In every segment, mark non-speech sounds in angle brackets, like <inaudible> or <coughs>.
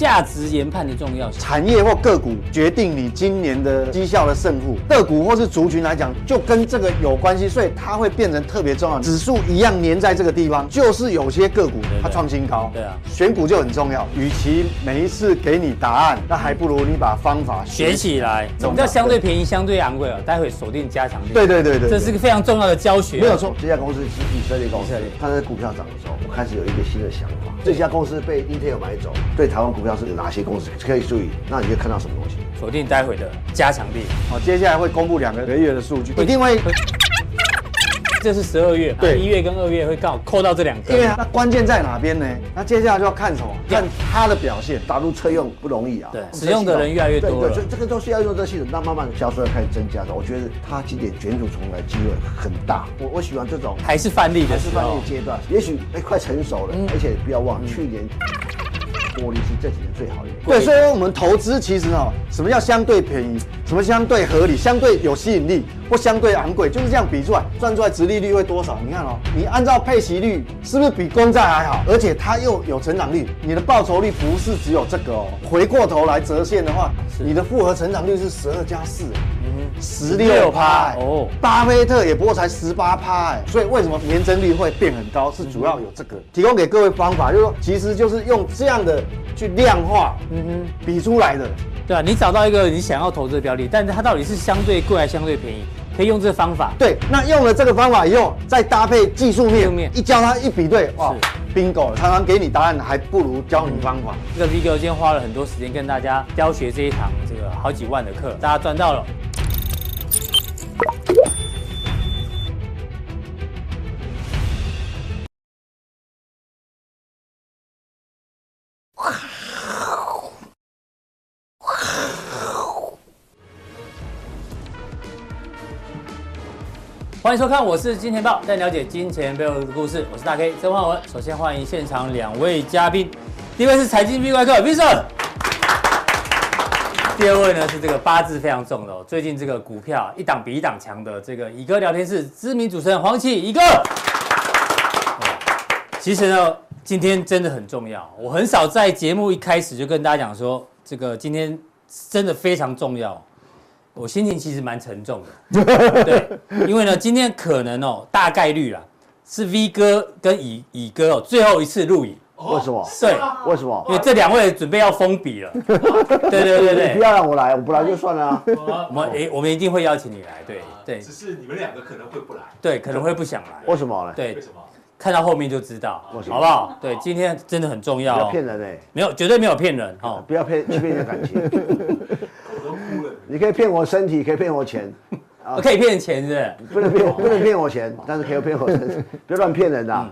价值研判的重要性。产业或个股决定你今年的绩效的胜负，个股或是族群来讲，就跟这个有关系，所以它会变成特别重要。指数一样粘在这个地方，就是有些个股对它创新高，对啊选股就很重要。与其每一次给你答案，那还不如你把方法学。起来，什么叫相对便宜、相对昂贵啊？待会锁定加强力，对对对对，这是对个非常重要的教学。啊没有错，这家公司是以色列公以司色列，它在股票涨的时候，我开始有一个新的想法。这家公司被 Intel 买走，对台湾股票是有哪些公司可以注意？那你会看到什么东西？锁定待会的加强力，好，接下来会公布两个月的数据，一定会，这是十二月，啊对一月跟二月会刚好扣到这两因为个。那关键在哪边呢？那接下来就要看什么？看它的表现。打入车用不容易啊，对我们使用的人越来越多了对对，这这个都是要用这系统，那慢慢销售量开始增加的。我觉得它今年卷土重来机会很大，我我喜欢这种还是范例的还是时半候夜，阶段，也许哎快成熟嗯了，而且不要忘去年获利是这几年最好的一年。对，所以我们投资其实哈、什么叫相对便宜，什么相对合理，相对有吸引力，或相对昂贵，就是这样比出来，算出来值利率会多少？你看哦，你按照配息率是不是比公债还好？而且它又有成长率，你的报酬率不是只有这个哦。回过头来折现的话，你的复合成长率是十二加四。嗯十六趴哦哦，巴菲特也不过才十八趴哎，所以为什么年增率会变很高，是主要有这个嗯提供给各位方法，就是说其实就是用这样的去量化，嗯哼，比出来的。对啊，你找到一个你想要投资的标的，但是它到底是相对贵还是相对便宜，可以用这个方法。对，那用了这个方法以后，再搭配技术技面术，面一教他一比对，哇，bingo！了常常给你答案，还不如教你方法。这个 V 哥今天花了很多时间跟大家教学这一堂这个好几万的课，大家赚到了。欢迎收看，我是金钱豹，带你了解金钱背后的故事。我是大 K 曾焕文。首先欢迎现场两位嘉宾，第一位是财经 B 怪客 Vincent，第二位呢是这个八字非常重的、哦，最近这个股票一档比一档强的这个乙哥聊天室知名主持人黄启乙哥。哦其实呢，今天真的很重要。我很少在节目一开始就跟大家讲说，这个今天真的非常重要。我心情其实蛮沉重的， <laughs> 对，因为呢，今天可能哦，大概率啦，是 V 哥跟乙乙哥哦最后一次录影，为什么？对，为什么？因为这两位准备要封笔 <laughs> 了，对对对你不对，要让我来，我不来就算了啊。我们诶，我们一定会邀请你来，对对只是你们两个可能会不来，对，可能会不想来，为什么呢？对为，什么？看到后面就知道，为什么好不好？对，今天真的很重不要哦，要骗欸人没有，绝对没有骗人哎，哦。不要骗欺骗人家感情。我都哭了。你可以骗我身体，可以骗我钱，啊可以骗钱是不是？不能骗我，不能骗我钱，但是可以骗我身 <laughs> 体，不要乱骗人啊。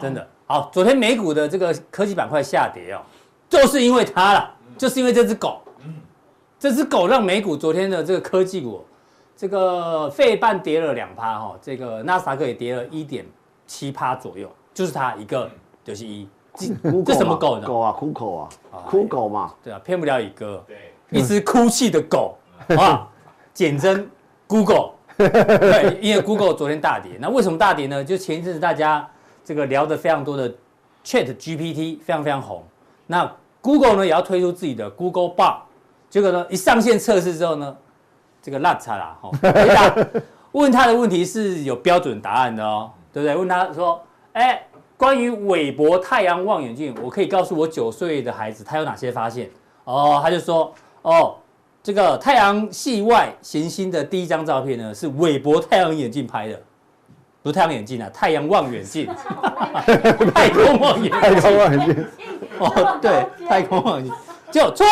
真的。好，昨天美股的这个科技板块下跌哦，就是因为它啦，就是因为这只狗，这只狗让美股昨天的这个科技股，这个费半跌了两趴哈，这个纳斯达克也跌了一点七趴左右，就是它一个就是一，这苦嗯这嘛什么狗呢？狗啊，苦口哎啊，苦狗嘛。对啊，骗不了一哥，对，一只哭泣的狗，好不好？简称 Google。对，因为 Google 昨天大跌，那为什么大跌呢？就前一阵子大家这个聊的非常多的 Chat GPT 非常非常红，那 Google 呢也要推出自己的 Google Bar，结果呢一上线测试之后呢，这个烂惨啦，吼、回答问他的问题是有标准答案的哦，对不对？问他说，哎，关于韦伯太阳望远镜，我可以告诉我九岁的孩子他有哪些发现？哦，他就说，哦，这个太阳系外行星的第一张照片呢，是韦伯太阳眼镜拍的，不是太阳眼镜啊，太阳望远镜， <laughs> 太空望远镜，哦，对，太空望远镜，就错，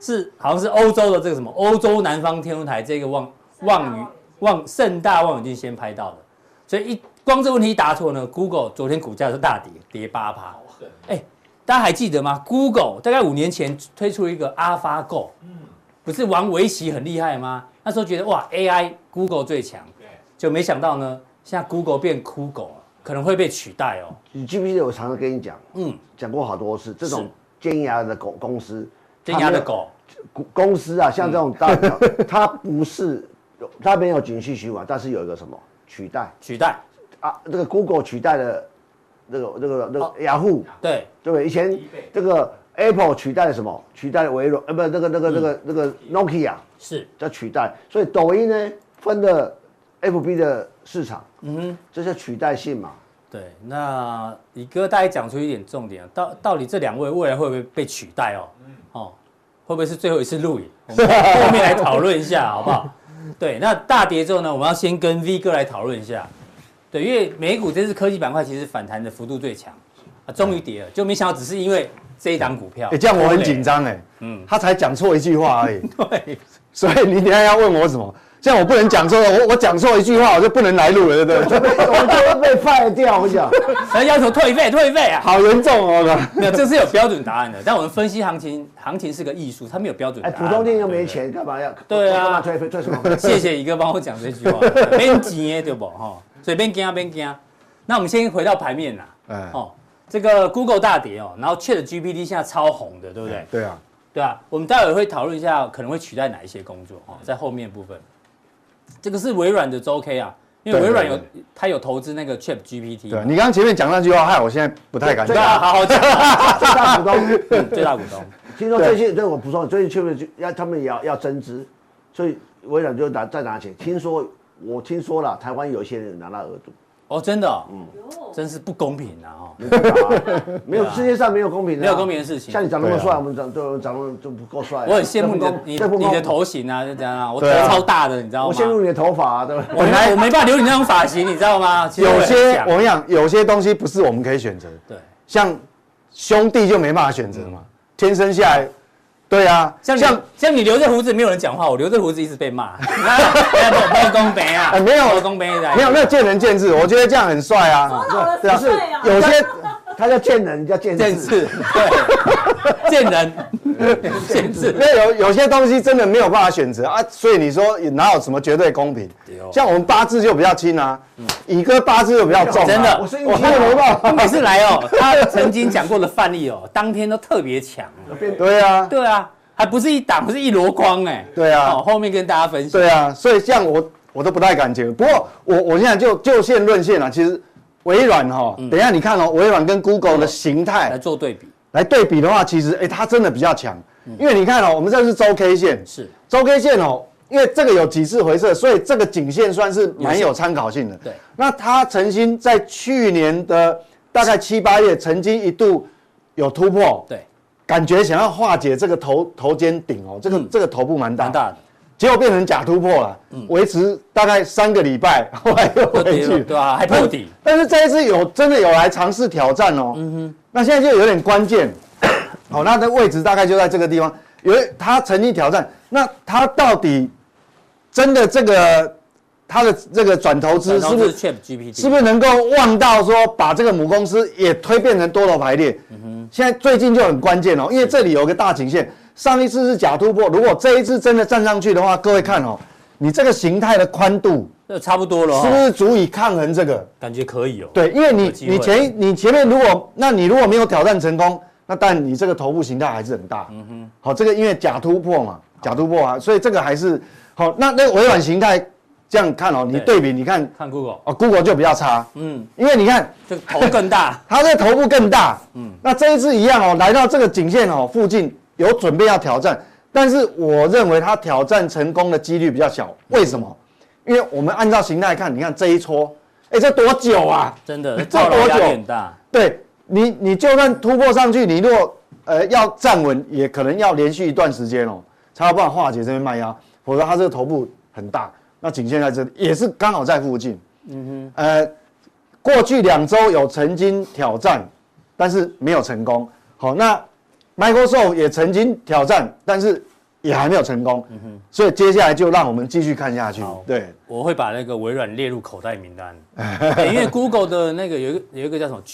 是好像是欧洲的这个什么欧洲南方天文台这个望望远望盛大望远镜先拍到的，所以一光这问题一答错呢，Google 昨天股价就大跌，跌八趴。好狠。哎，大家还记得吗？Google 大概五年前推出一个 AlphaGo，嗯，不是玩围棋很厉害吗？那时候觉得哇，AI Google 最强，对，就没想到呢，现在 Google 变酷狗了，可能会被取代哦。你记不记得我常常跟你讲，嗯，讲过好多次，这是种尖牙的狗公司，尖牙的狗，嗯它没有公司啊，像这种大表，它不是它没有景气循环，但是有一个什么取代取代，啊，这个 Google 取代了那个那个那哦个雅虎，对对不对？以前易贝这个 Apple 取代了什么？取代了微软，呃，不，那个那个那嗯个那个 Nokia 是叫取代，所以抖音呢分了 FB 的市场，嗯，这叫取代性嘛。对。那李哥大概讲出一点重点啊，到到底这两位未来会不会被取代哦？哦，会不会是最后一次录影？我们后面来讨论一下好不好？对，那大跌之后呢，我们要先跟 V 哥来讨论一下。对，因为美股这次科技板块其实反弹的幅度最强啊，终于跌了，就没想到只是因为这一档股票。哎、这样我很紧张哎。嗯嗯，他才讲错一句话而已， <laughs> 对，所以你等一下要问我什么？这样我不能讲错，我我讲错一句话我就不能来录了，对不 <laughs> 对？我们就会被废掉，我讲。然后要求退费，退费啊！好严重 <laughs> 哦！没有，这是有标准答案的。但我们分析行情，行情是个艺术，它没有标准答哎，案。普通店又对没不对。钱，干嘛要？对啊干嘛退退什么？ <laughs> 谢谢一哥帮我讲这句话，边急对不哈？所以边惊边惊。那我们先回到牌面啦，哎，哦，这个 Google 大跌哦，然后 Chat GPT 现在超红的，对不对？哎对啊，对啊，我们待会会讨论一下可能会取代哪一些工作哎哦，在后面部分。这个是微软的周 K 啊，因为对微软有对它有投资那个 Chat GPT，对啊，你刚刚前面讲那句话，害我现在不太敢对啊，讲。好好讲， <laughs> 最大股东， <laughs> 嗯最大股东。听说最近对我补充，最近确实就要他们也要要增资，所以微软就拿再拿钱。听说我听说了，台湾有一些人拿到额度，哦，真的、哦，嗯有真是不公平啊！哦，没办法啊没有世界上没有公平的啊，没有公平的事情像你长那么对帅，啊我们长对我们长得就不够帅啊。我很羡慕你的这不你公你的，头型啊，就这样啊，我头对啊超大的，你知道这不公吗？我羡慕你的头发啊，对吧？我没我没办法留你那种发型，你知道吗？其实啊有我也很些想我跟你讲，有些东西不是我们可以选择，对，像兄弟就没办法选择嘛，天生下来，对嗯啊，像像像你留着胡子，没有人讲话，我留着胡子一直被 <laughs> 骂，哎包公杯啊，哎没有包公杯的，没有，那见仁见智，我觉得这样很帅啊，老哦了对啊十岁啊，，有些他叫见人，叫见见智。识，对，见人，见 <laughs> 识，那有有些东西真的没有办法选择啊，所以你说哪有什么绝对公平对哦？像我们八字就比较轻啊，乙哥八字就比较重啊，哦真的我是运我气真的没办法，每次来哦，他曾经讲过的范例哦，当天都特别强，对啊，对啊，还不是一档，是一箩筐哎，对啊哦后面跟大家分享，对啊，所以像我我都不太敢接。不过我我现在就就线论线啊，其实微软哈，嗯等一下你看哦，微软跟 Google 的形来态做对比，来对比的话，其实哎、诶它真的比较强，嗯因为你看哦，我们这是周 K 线，是周 K 线哦，因为这个有几次回撤，所以这个颈线算是蛮有参考性的。对，那它曾经在去年的大概七八月，曾经一度有突破，对，感觉想要化解这个头头肩顶哦，这个、嗯这个头部蛮大蛮的。大的。结果变成假突破了，维持大概三个礼拜， <laughs> 后来又回嗯又跌去，了对啊还破底嗯但。但是这一次有真的有来尝试挑战哦，那现在就有点关键， <coughs> 好、那的位置大概就在这个地方，因为他曾经挑战，那他到底真的这个他的这个转投资然是后不是是 Chat GPT，是不是能够望到说把这个母公司也推变成多头排列？嗯现在最近就很关键哦，因为这里有一个大颈线，上一次是假突破，如果这一次真的站上去的话，各位看哦，你这个形态的宽度那差不多了、哦，是不是足以抗衡这个？感觉可以哦？对，因为有你机会你前你前面如果那你如果没有挑战成功，那但你这个头部形态还是很大。嗯哼，好，这个因为假突破哦嘛，假突破啊，所以这个还是好。那那微软形态这样看哦，你对对比你看看 Google，哦，Google 就比较差，嗯，因为你看。这个头更大它的头部更大，嗯，那这一次一样哦，来到这个颈线哦附近，有准备要挑战，但是我认为它挑战成功的几率比较小，为什么？因为我们按照形态看，你看这一撮，哎、这多久啊？真的你套牢做多压力很久？大，对你，你就算突破上去，你如果呃要站稳，也可能要连续一段时间哦，才有办法化解这边卖压，否则它这个头部很大，那颈线在这里也是刚好在附近，嗯哼，呃。过去两周有曾经挑战，但是没有成功。好，那 Microsoft 也曾经挑战，但是也还没有成功。所以接下来就让我们继续看下去好。对，我会把那个微软列入口袋名单， <laughs> 对因为 Google 的那个有一个有一个叫什么 <laughs>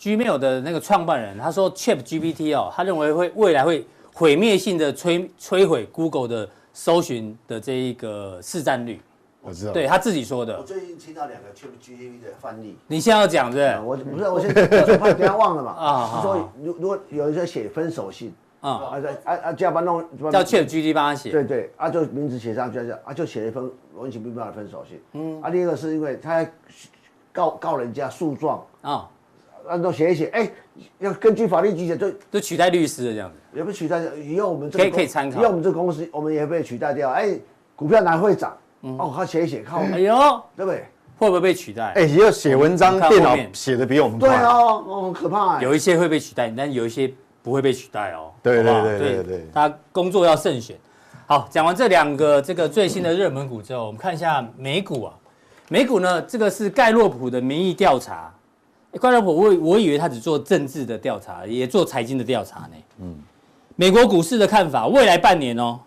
Gmail，Gmail 的那个创办人他说 Chat GPT 哦，他认为会未来会毁灭性的摧摧毁 Google 的搜寻的这一个市占率，我知道。对他自己说我的。最近听到两个 ChatGPT 的范例，你现在要讲是嗯我不是我先，我先怕等下忘了嘛。啊啊，说如如果有人在写分手信，啊，啊啊啊，就要把它弄嗯叫 Chat GPT 帮他写，对对，啊，就名字写上去，啊，就写了一封文情并茂的分手信。嗯，啊，另一个是因为他告告人家诉状，啊，按照写一写，哎，要根据法律记者就就取代律师的这样子。也不取代，以后我们这个可以公可以参考以后我们这个公司我们也被取代掉，哎，股票哪会涨？哦，他写一写，靠，嗯哎呦，对不对？会不会被取代？哎，也有写文章你，看电后脑面写的比我们对快。啊，哦，很可怕哎。有一些会被取代，但有一些不会被取代哦。对好不好对对对所以对大家工作要慎选。好，讲完这两个这个最新的热门股之后，我们看一下美股啊。美股呢，这个是盖洛普的民意调查。诶盖洛普，我以我以为他只做政治的调查，也做财经的调查呢。嗯。美国股市的看法，未来半年哦，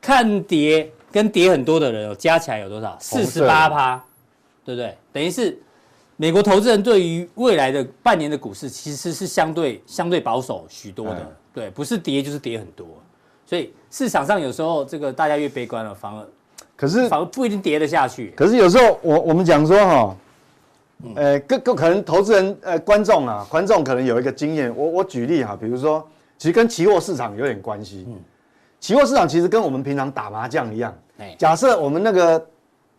看跌跟跌很多的人哦，加起来有多少？红四色十的八趴，对不对？等于是美国投资人对于未来的半年的股市其实是相对相对保守许多的，嗯对，不是跌就是跌很多，所以市场上有时候这个大家越悲观了，反而可是反而不一定跌得下去。可是有时候我我们讲说哈，嗯呃，各各可能投资人呃观众啊，观众可能有一个经验，我我举例哈，比如说，其实跟期货市场有点关系。嗯期货市场其实跟我们平常打麻将一样哎，假设我们那个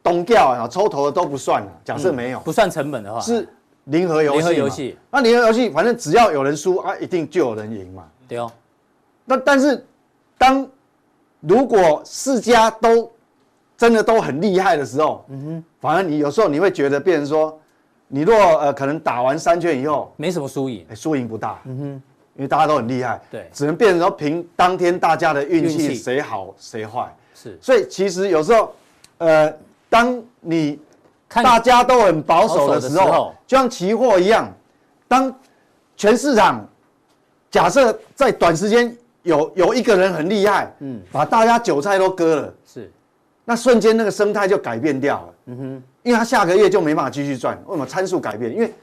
东调啊抽头的都不算了，假设没有，嗯不算成本的话，是零和游戏嘛。零和游戏那零和游戏反正只要有人输啊，一定就有人赢嘛。对哦，那但是，当如果四家都真的都很厉害的时候，嗯哼，反而你有时候你会觉得，变成说，你若呃可能打完三圈以后，没什么输赢哎、，输赢不大，嗯哼，因为大家都很厉害，对只能变成说凭当天大家的运运气气谁好谁坏。是所以其实有时候，呃，当你看大家都很保守的时保守的时候候，就像期货一样，当全市场假设在短时间有有一个人很厉害，嗯，把大家韭菜都割了，是那瞬间那个生态就改变掉了，嗯哼，因为他下个月就没办法继续赚，为什么参数改变？因为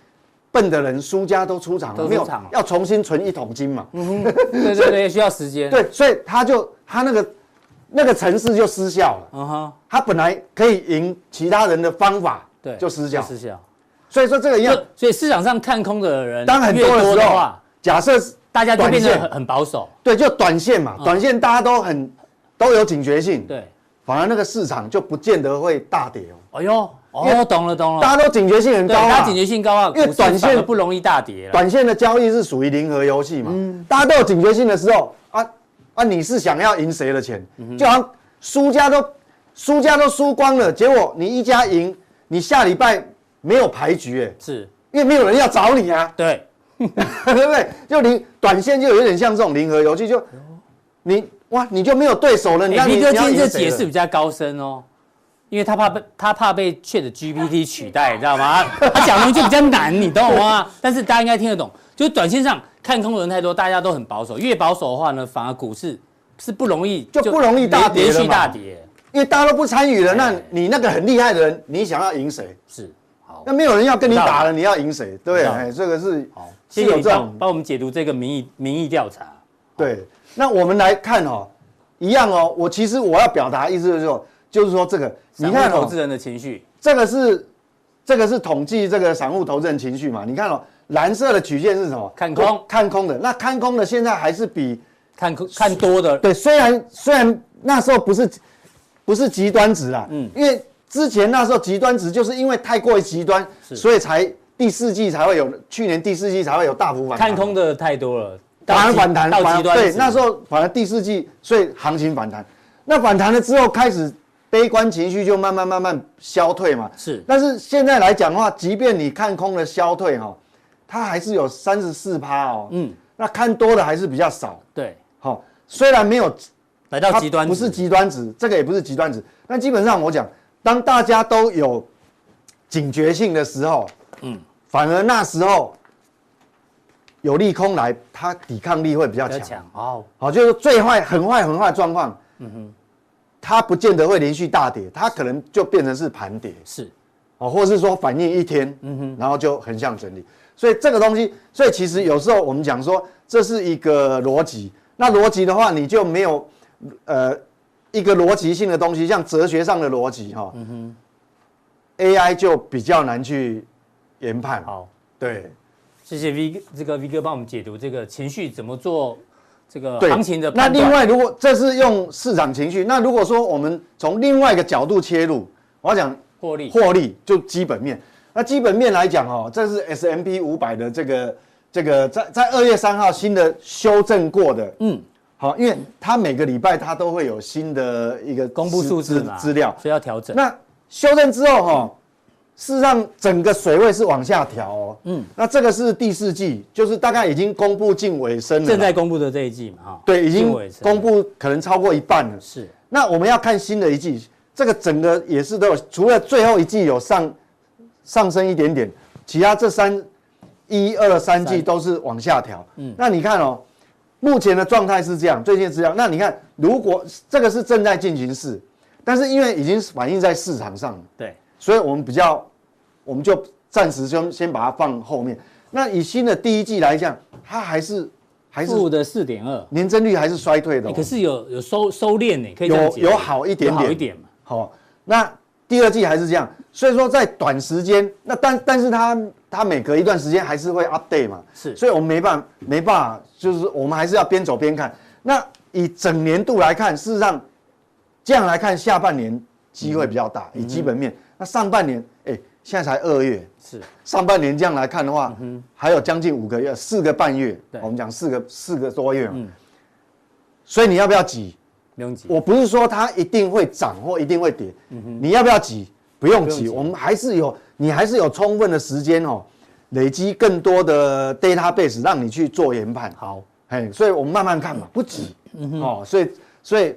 笨的人输家都出场了，都没有出场了要重新存一桶金嘛，对对对，需要时间。，对，所以他就他那个那个城市就失效了，嗯哼，他本来可以赢其他人的方法，对，就失效，失效。所以说这个一样就。所以市场上看空的人当很越多的时的候话，，假设是大家就变短得线很很保守，对，就短线嘛，短线大家都很都有警觉性，，嗯对。反而那个市场就不见得会大跌哦，哎呦，因为哦，懂了懂了，大家都警觉性很对，高啊它警觉性高啊，因为股市短反而线不容易大跌了。短线的交易是属于零和游戏嘛，嗯大家都有警觉性的时候啊啊，你是想要赢谁的钱？嗯就好像输家都输家都输光了，结果你一家赢，你下礼拜没有牌局哎，是，因为没有人要找你啊，对， <laughs> 对不对？就零短线就有点像这种零和游戏，就你哇，你就没有对手了，你哎看你皮哥你今要天赢这谁解了释比较高深哦，因为他怕被他怕被 Chat <laughs> GPT 取代，你知道吗？他讲的东西就比较难，你懂我吗？但是大家应该听得懂，就是短线上看空的人太多，大家都很保守，越保守的话呢，反而股市是不容易就不容易大跌连连了续嘛大跌因为大家都不参与了，那哎你那个很厉害的人，你想要赢谁？是。好那，没有人要跟你打知了，你要赢谁？对，知道哎，这个是好，是谢有谢你这种帮帮我们解读这个民意民意调查。对。那我们来看哦，一样哦。我其实我要表达意思就是说，就是说这个，你看散户投哦资，人的情绪，这个是这个是统计这个散户投资人情绪嘛？你看哦，蓝色的曲线是什么？看空看空的。那看空的现在还是比看空看多的对，虽然虽然那时候不是不是极端值啊，嗯，因为之前那时候极端值就是因为太过于极端，所以才第四季才会有去年第四季才会有大幅反弹，看空的太多了，到反而极反弹，到反而极端对值那时候反而第四季所以行情反弹，那反弹了之后开始悲观情绪就慢慢慢慢消退嘛，是但是现在来讲的话，即便你看空了消退哈、哦，它还是有三十四趴哦，嗯，那看多的还是比较少，对，好、虽然没有来到它极端不值是极端值，这个也不是极端值。但基本上我讲，当大家都有警觉性的时候，嗯，反而那时候有利空来，它抵抗力会比较比较强强。哦，好，就是最坏、很坏、很坏的状况，嗯哼，它不见得会连续大跌，它可能就变成是盘跌。是哦，或是说反应一天，嗯哼，然后就横向整理。所以这个东西，所以其实有时候我们讲说这是一个逻辑，那逻辑的话，你就没有呃一个逻辑性的东西，像哲学上的逻辑哈，嗯哼，AI 就比较难去研判。好，对谢谢 V 哥这个 V 哥帮我们解读这个情绪怎么做这个对，行情的那判断。另外，如果这是用市场情绪，那如果说我们从另外一个角度切入，我要讲获利获利就基本面。那基本面来讲哦，这是 S M P 五百的这个这个在在二月三号新的修正过的，嗯，好，因为它每个礼拜它都会有新的一个公布数字资嘛，资料，所以要调整。那修正之后哈、哦事实上整个水位是往下调哦。嗯，那这个是第四季，就是大概已经公布近尾声了啦，正在公布的这一季嘛，哈，对，已经近尾声公布可能超过一半了。是那我们要看新的一季，这个整个也是都有，除了最后一季有上上升一点点，其他这三一二三季三都是往下调。嗯，那你看哦，目前的状态是这样，最近是这样。那你看，如果这个是正在进行式，但是因为已经反映在市场上了。对，所以我们比较，我们就暂时先先把它放后面。那以新的第一季来讲，它还是还是负的四点二，年增率还是衰退的、哦可是有有收收敛呢，可以这样有解有读好一点有点，好一点嘛，好、那第二季还是这样，所以说在短时间，那但但是它它每隔一段时间还是会 update 嘛，是所以我们没办没办法，就是我们还是要边走边看。那以整年度来看，事实上这样来看，下半年机会比较大，嗯以基本面。那上半年，哎、现在才二月，是上半年这样来看的话，还有将近五个月，四个半月，嗯对嗯我们讲四个四个多月嘛。所以你要不要急？不用急。我不是说它一定会涨或一定会跌，你要不要急？不用嗯不用急，急我们还是有，你还是有充分的时间哦，累积更多的 database 让你去做研判。好，嗯嘿，所以我们慢慢看嘛，不急。哦，所以所以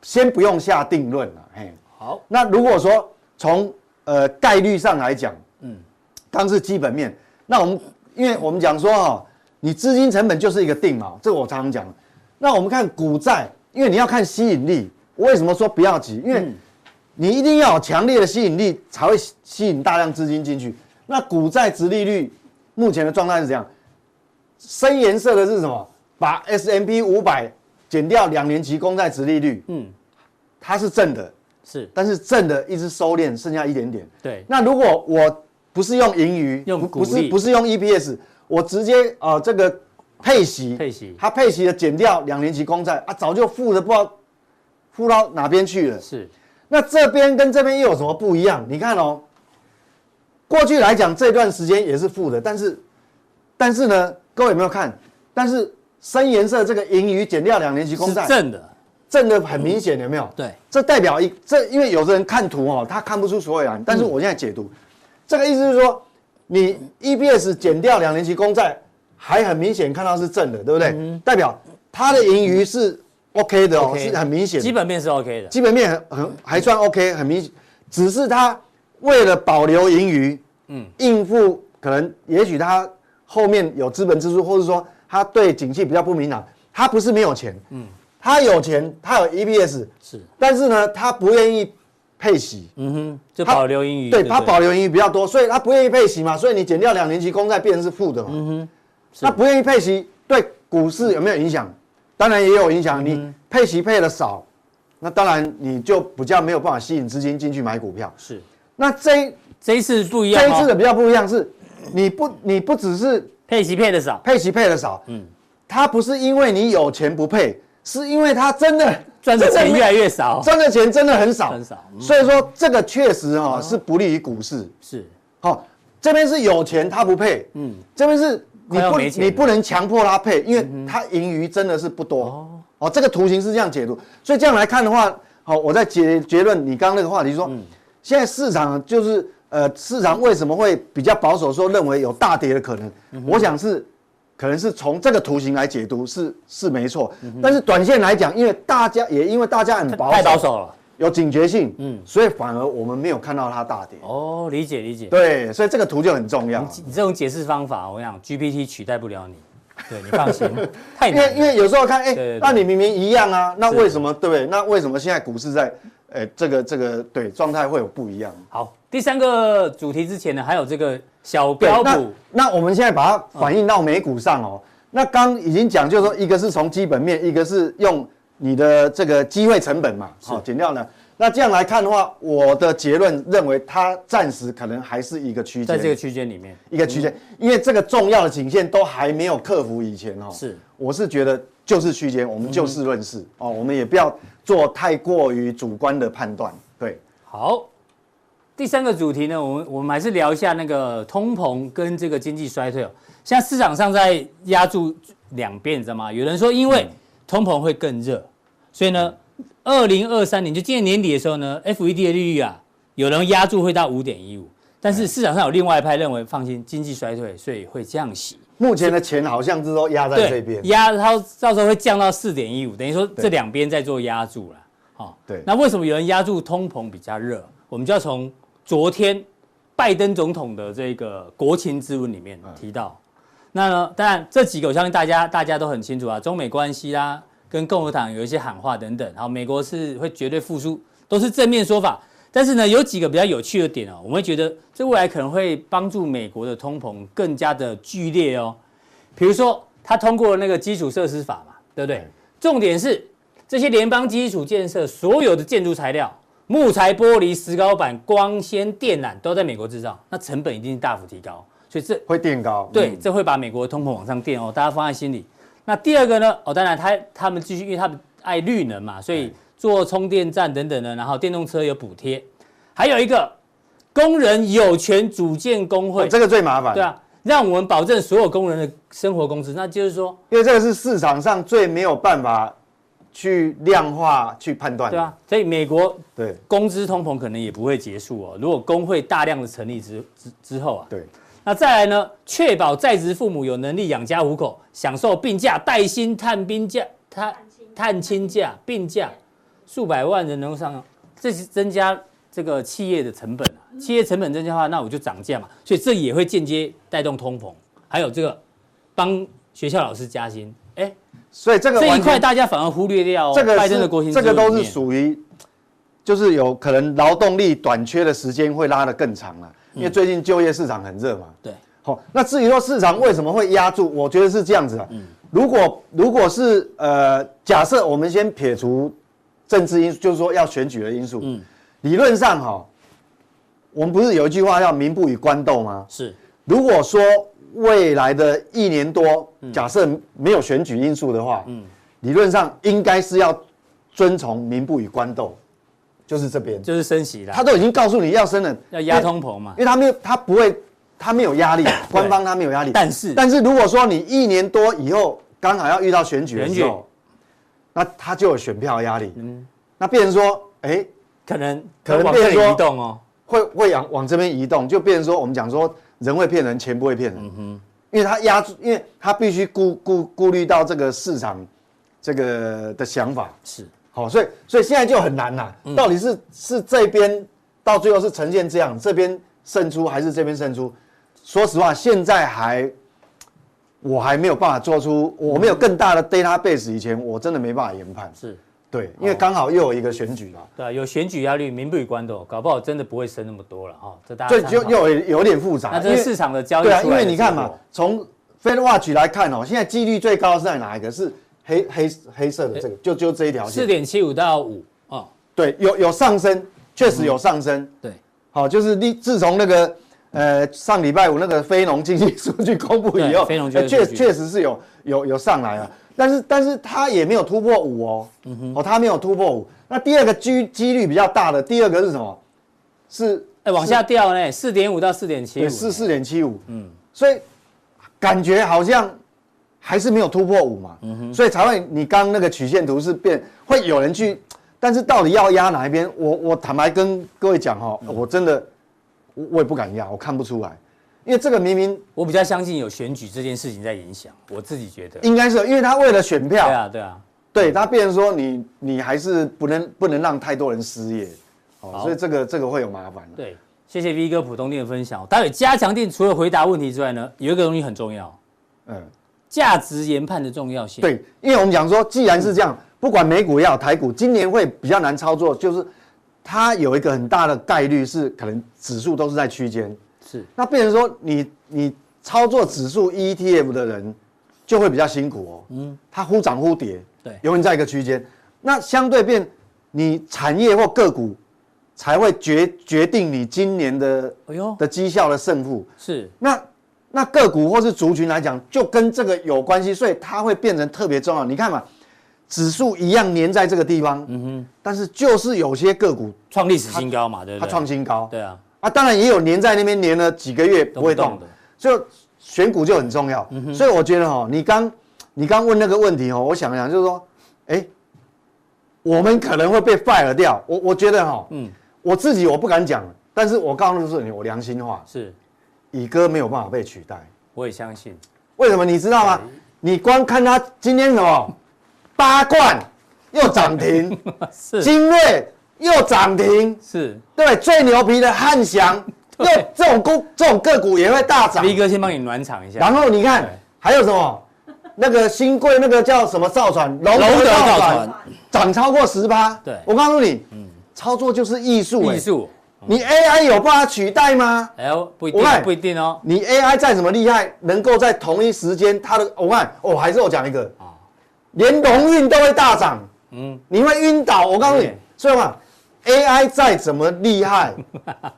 先不用下定论了。嘿，好，那如果说从呃概率上来讲，嗯，刚是基本面，那我们因为我们讲说哦，你资金成本就是一个定锚，这个我常常讲。那我们看股债，因为你要看吸引力，我为什么说不要急？因为你一定要有强烈的吸引力，才会吸吸引大量资金进去。那股债值利率目前的状态是这样，深颜色的是什么？把 S M P 五百减掉两年期公债值利率，嗯，它是正的，是但是正的一直收敛，剩下一点点。对，那如果我不是用盈余，用不股不是利不是用 EPS，我直接呃这个配息，配息它配息的减掉两年期公债啊，早就付的不知道付到哪边去了。是那这边跟这边又有什么不一样？你看哦，过去来讲这段时间也是负的，但是但是呢，各位有没有看？但是深颜色这个盈余减掉两年期公是债，正的，正的很明显，有没有？对，这代表一这，因为有的人看图哦，他看不出所以然。但是我现在解读，这个意思就是说，你 EPS 减掉两年期公债，还很明显看到是正的，对不对？代表它的盈余是 OK 的哦 OK 是很明显的，基本面是 OK 的，基本面很很还算 OK，很明显，只是它为了保留盈余，嗯，应付可能也许它后面有资本支出，或者说它对景气比较不敏感，它不是没有钱，嗯，它有钱，它有 EPS，是，但是呢，它不愿意配息，嗯哼，就它保留英语，对，不它保留盈余比较多，所以它不愿意配息嘛，所以你减掉两年期公债变成是负的嘛，嗯哼，那不愿意配息对股市有没有影响？当然也有影嗯响，你配息配的少，那当然你就比较没有办法吸引资金进去买股票。是那这一这一次不一样这一次哦，的比较不一样是，你不你不只是配息配的少，配息配的少，嗯，它不是因为你有钱不配，是因为它真的 <laughs> 赚的钱真没越来越少，赚的钱真的很少，很少嗯嗯所以说这个确实哈、是不利于股市。是好、这边是有钱他不配，嗯，这边是你快要不没钱了嗯你不能强迫他配，因为他盈余真的是不多。哦，这个图形是这样解读，所以这样来看的话，好、我在结结论你刚刚那个话题说，嗯现在市场就是呃，市场为什么会比较保守，说认为有大跌的可能？嗯我想是。可能是从这个图形来解读是是没错，但是短线来讲，因为大家也因为大家很保嗯守，太保守了，有警觉性，嗯，所以反而我们没有看到它大跌。哦，理解理解，对，所以这个图就很重要，你这种解释方法，我跟你讲 GPT 取代不了你，对你放 <laughs> 心，太因为难因了，为有时候看，哎、对对对那你明明一样啊，那为什么对不对？那为什么现在股市在，哎、这个这个对状态会有不一样？好，第三个主题之前呢，还有这个小对标那股，那我们现在把它反映到美股上哦。那刚已经讲，就是说一个是从基本面，一个是用你的这个机会成本嘛，好、减掉呢。那这样来看的话，我的结论认为它暂时可能还是一个区间，在这个区间里面一个区间，因为这个重要的颈线都还没有克服以前哦，是，嗯我是觉得就是区间，我们就事论事、哦，我们也不要做太过于主观的判断，对，好，第三个主题呢，我们我们还是聊一下那个通膨跟这个经济衰退哦。现在市场上在压住两边，你知道吗？有人说因为通膨会更热，所以呢，二零二三年就今年年底的时候呢，FED 的利率啊，有人压住会到五点一五，但是市场上有另外一派认为，放心，经济衰退，所以会降息。目前的钱好像是都压在这边，压它到时候会降到四点一五，等于说这两边在做压住了。好、对那为什么有人压住通膨比较热？我们就要从昨天拜登总统的这个国情咨文里面嗯提到。那呢，当然这几个我相信大家大家都很清楚啊，中美关系啦、跟共和党有一些喊话等等。好，美国是会绝对复苏，都是正面说法。但是呢，有几个比较有趣的点哦，我们会觉得这未来可能会帮助美国的通膨更加的剧烈哦。比如说，他通过了那个基础设施法嘛，对不对？重点是这些联邦基础建设所有的建筑材料，木材、玻璃、石膏板、光纤、电缆都在美国制造，那成本一定大幅提高，所以这会垫高。嗯对，这会把美国的通膨往上垫哦，大家放在心里。那第二个呢？哦，当然他他们继续，因为他们爱绿能嘛，所以做充电站等等的，然后电动车有补贴，还有一个工人有权组建工哦会，这个最麻烦。对，啊，让我们保证所有工人的生活工资。那就是说，因为这个是市场上最没有办法去量化去判断的。对啊，所以美国对工资通膨可能也不会结束哦。如果工会大量的成立之之之后啊，对那再来呢，确保在职父母有能力养家糊口，享受病假、带薪探病假、探探亲假、病假，数百万人能够上，这是增加这个企业的成本啊。企业成本增加的话，那我就涨价嘛，所以这也会间接带动通膨。还有这个帮学校老师加薪，哎，所以这个这一完全块大家反而忽略掉、哦。这个拜登的是国情咨这文个都里是面属于，就是有可能劳动力短缺的时间会拉得更长了，因为嗯最近就业市场很热嘛。对。好、那至于说市场为什么会压住，我觉得是这样子啊。嗯如果如果是呃，假设我们先撇除政治因素，就是说要选举的因素，嗯理论上哈、我们不是有一句话叫“民不与官斗”吗？是如果说未来的一年多，嗯假设没有选举因素的话，理论上应该是要遵从民不与官斗，就是这边，就是升息啦他，都已经告诉你要升了，要压通膨嘛因为，因为他没有，他不会，他没有压力，官方他没有压力。但是但是如果说你一年多以后刚好要遇到选举的时选举嗯候，那他就有选票压力，那变成说，哎，可能可能往变这成里说移动哦。会会往往这边移动，就变成说我们讲说人会骗人，钱不会骗嗯人。因为他压住，因为他必须顾顾顾虑到这个市场这个的想法。是好，所以所以现在就很难啦、嗯到底是是这边到最后是呈现这样，这边胜出还是这边胜出？说实话，现在还我还没有办法做出，我嗯没有更大的 database 以前，我真的没办法研判。是，对，哦因为刚好又有一个选举啦。对啊，有选举压力，民不与官斗，搞不好真的不会升那么多了哈、哦。这大所家以就参考又有有点复杂，那这因为是市场的交易对啊，出因来的为你看结嘛果，从 Fed Watch 来看哦，现在几率最高是在哪一个？是黑黑黑色的呃这个，就就这一条四线。点七五到五哦，对，有有上升，确嗯实有上升。对，好，就是你自从那个呃上礼拜五那个非农经济数据公布以对后，非农就业呃确数据确实是有有有上来啊，但是但是它也没有突破五哦，嗯哦它没有突破五。那第二个几几率比较大的，第二个是什么？是哎，往下掉呢，四点五到四点七也五，是四点七五，嗯，所以感觉好像还是没有突破五嘛，嗯所以才会你刚刚那个曲线图是变，会有人去，但是到底要压哪一边？我我坦白跟各位讲哈，嗯我真的我我也不敢压，我看不出来，因为这个明明我比较相信有选举这件事情在影响，我自己觉得。应该是因为他为了选对票，啊，对啊，对他变成说你你还是不能不能让太多人失业，哦，所以这个这个会有麻烦。对，谢谢 V 哥浦东店的分享哦。待会加强店除了回答问题之外呢，有一个东西很重要，嗯。价值研判的重要性。，对，因为我们讲说，既然是这样，不管美股也好，台股今年会比较难操作，就是它有一个很大的概率是可能指数都是在区间，是那变成说你你操作指数 ETF 的人就会比较辛苦哦，嗯，它忽涨忽跌，对永远在一个区间，那相对变你产业或个股才会决决定你今年的哎呦，的绩效的胜负，是那那个股或是族群来讲，就跟这个有关系，所以它会变成特别重要。你看嘛，指数一样粘在这个地方，嗯哼，但是就是有些个股创历史新高嘛，对不它对？创新高，对啊，啊，当然也有粘在那边粘了几个月不会动动的，嗯就选股就很重要。所以我觉得哈、你刚你刚问那个问题哦，我想想就是说，哎、我们可能会被 fire 掉。我我觉得哈、嗯，我自己我不敢讲，但是我告诉你，我良心话，是，乙哥没有办法被取代。我也相信。为什么你知道吗？你光看他今天什么八冠又涨停， <laughs> 是精锐又涨停，是，对，最牛皮的汉翔，<laughs> 又对这种股这种个股也会大涨。力哥先帮你暖场一下。然后你看对还有什么？那个新贵那个叫什么造船，龙龙德德造造船船涨超过十趴。对嗯我告诉你，操作就是艺术、欸。艺，术，你 AI 有办法取代吗？哎呦，不一定我看，不一定哦。你 AI 再怎么厉害，能够在同一时间，它的我看，我、还是我讲一个，啊连龙运都会大涨，嗯，你会晕倒。我告诉你对，所以嘛，AI 再怎么 <laughs> 厉害，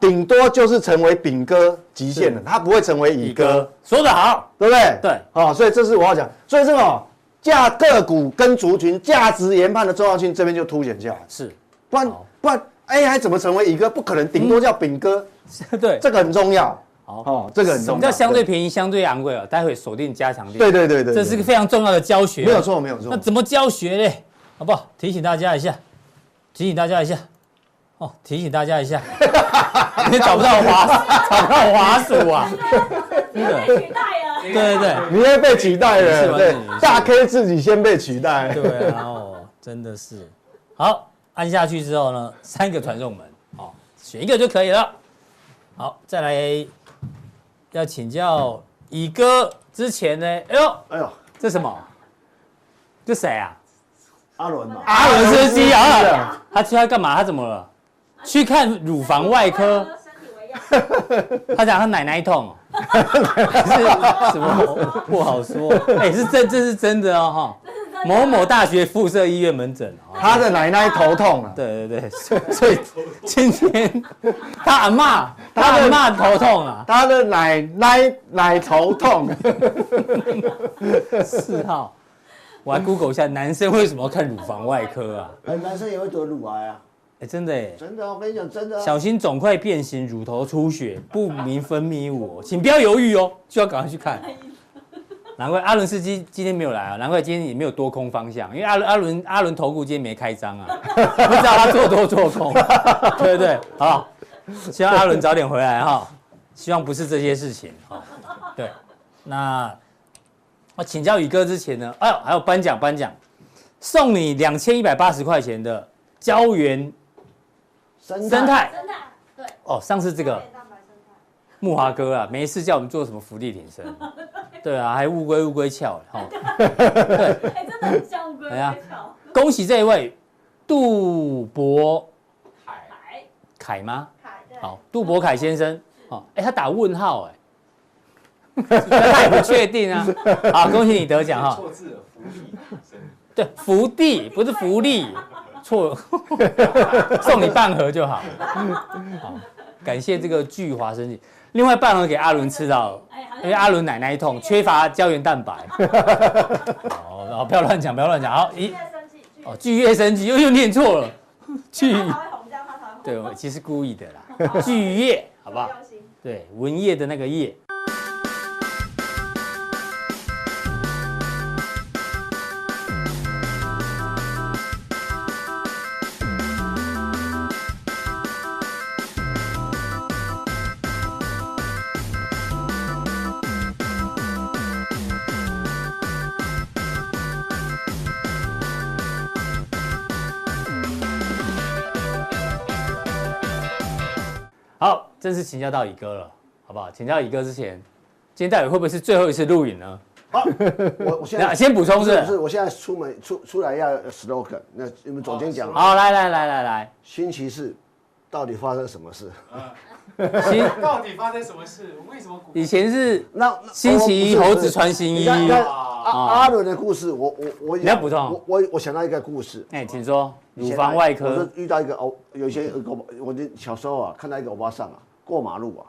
顶多就是成为炳哥极限了，它不会成为乙哥，说得好，对不对？对好、所以这是我要讲，所以这个、哦、价个股跟族群价值研判的重要性，这边就凸显下来，是， <laughs> 不然好不然 AI 怎么成为乙哥？不可能，顶多叫炳哥，对。这个很重要。好哦，这个很重什要。么叫相对便宜、相对昂贵啊？待会锁定加强力，对对对对，这是对个非常重要的教学。啊没有错没有错那怎么教学嘞？好不好？提醒大家一下，提醒大家一下，哦，提醒大家 <laughs> 一下，你找不到滑， <laughs> 找不到滑鼠啊？真的被取代 <laughs> 了。对对对，你会被取代是了，吧对是是，大 K 自己先被取代。对啊，哦，真的是。好，按下去之后呢，三个传送门，哦，选一个就可以了。好，再来要请教乙哥之前呢，哎呦，哎呦，这什么？这谁啊？阿伦啊嘛，阿伦斯基是啊啊！他去他干嘛？他怎么了？去看乳房外科。身体为样，他讲他奶奶痛 <laughs> 哦，是什么不好说？哎，是真，这是真的哦哈。某某大学附设医院门诊哦。他的奶奶头痛了，对对对，所以所以今天他阿嬷，他他的阿嬷头痛啊，他的奶奶奶头痛， <laughs> 四号。我还 Google 一下，男生为什么要看乳房外科啊？哎，男生也会得乳癌啊，哎，真的哎，真的啊，我跟你讲，真的啊。小心肿块变形、乳头出血、不明分泌物、哦，请不要犹豫哦， <laughs> 就要赶快去看。难怪阿伦斯基今天没有来啊，难怪今天也没有多空方向，因为阿伦阿伦阿伦投顾今天没开张啊， <laughs> 不知道他做多做空，对不对？好，希望阿伦早点回来哈、希望不是这些事情哈、对，那我请教宇哥之前呢，哎呦，还有颁奖颁奖，送你两千一百八十块钱的胶原生 <laughs> 生态真的对。哦，上次这个。蛋白生态木华哥啊，没事叫我们做什么伏地挺身， <laughs> 对啊，还乌龟乌龟翘哈、齁哎，真的很像乌龟哎呀龟壳。恭喜这一位杜博海海凯吗？海对好，杜博凯先生，哦，哎、他打问号哎、 <laughs> 他也不确定啊。好，恭喜你得奖哈、错字了，福利生对，福地不是福利，错， <laughs> 送你半盒就好。好，感谢这个聚华生意。另外半盒给阿伦吃到，哎，好像因为阿伦奶奶 <laughs> 痛，缺乏胶原蛋白。哦，然后不要乱讲，不要乱讲。 <laughs> 好，一巨业生气，巨业哦，巨月生气，又又念错了，巨它才会红，这样它才会红。对，我其实故意的啦，巨业，好不好？用心对，文业的那个业。好，正式请教到乙哥了，好不好？请教乙哥之前，今天到底会不会是最后一次录影呢？我我现那在先补充不是是不是，我现在出门出出来要 slogan，那你们总监讲好，来来来来来，星期四到底发生什么事？星到底发生什么事？为什么股以前是 <laughs> 那那星期一哦不是猴不子是穿新衣你，看你看阿啊阿伦的故事，我我我你要补充我我我想到一个故事，啊哎，请说乳房外我科就遇到一个欧，有一些欧巴，我就小时候啊，看到一个欧巴桑啊，过马路啊，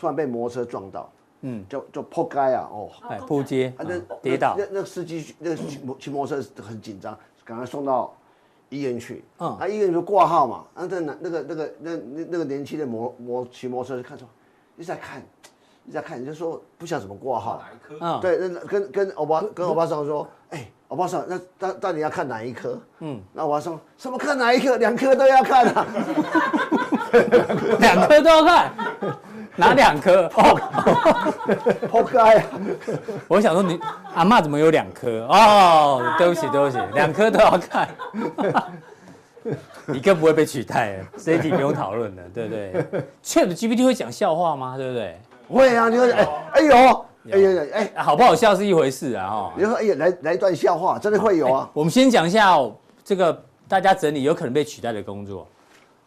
突然被摩托车撞到，嗯，就就破街啊，哦，哎，扑街啊那跌倒那，那那司机那骑摩骑摩托车很紧张，赶快送到医院去。嗯啊那医院就挂号嘛，啊那这男那个那个那那那个年轻的摩摩骑摩托车就看说，一直在看，一直在看，你就说不晓得怎么挂号。哪一科？嗯，对，那跟跟欧巴跟欧巴桑说，哎、欧巴桑，那到到底要看哪一科？嗯，那我说什么看哪一科？两科都要看啊。 <laughs> 两颗都要看，哪两颗？哦，活该啊！我想说你阿嬷怎么有两颗？哦，对不起对不起，两颗都要 <laughs> 看，你更不会被取代了，这一题不用讨论了，对不对？Chat GPT 会讲笑话吗？对不对？会啊，你说哎哎呦，哎呀哎，啊好不好笑是一回事啊，哈你。说哎呀，来来一段笑话，真的会有啊。我们先讲一下、哦、这个大家整理有可能被取代的工作。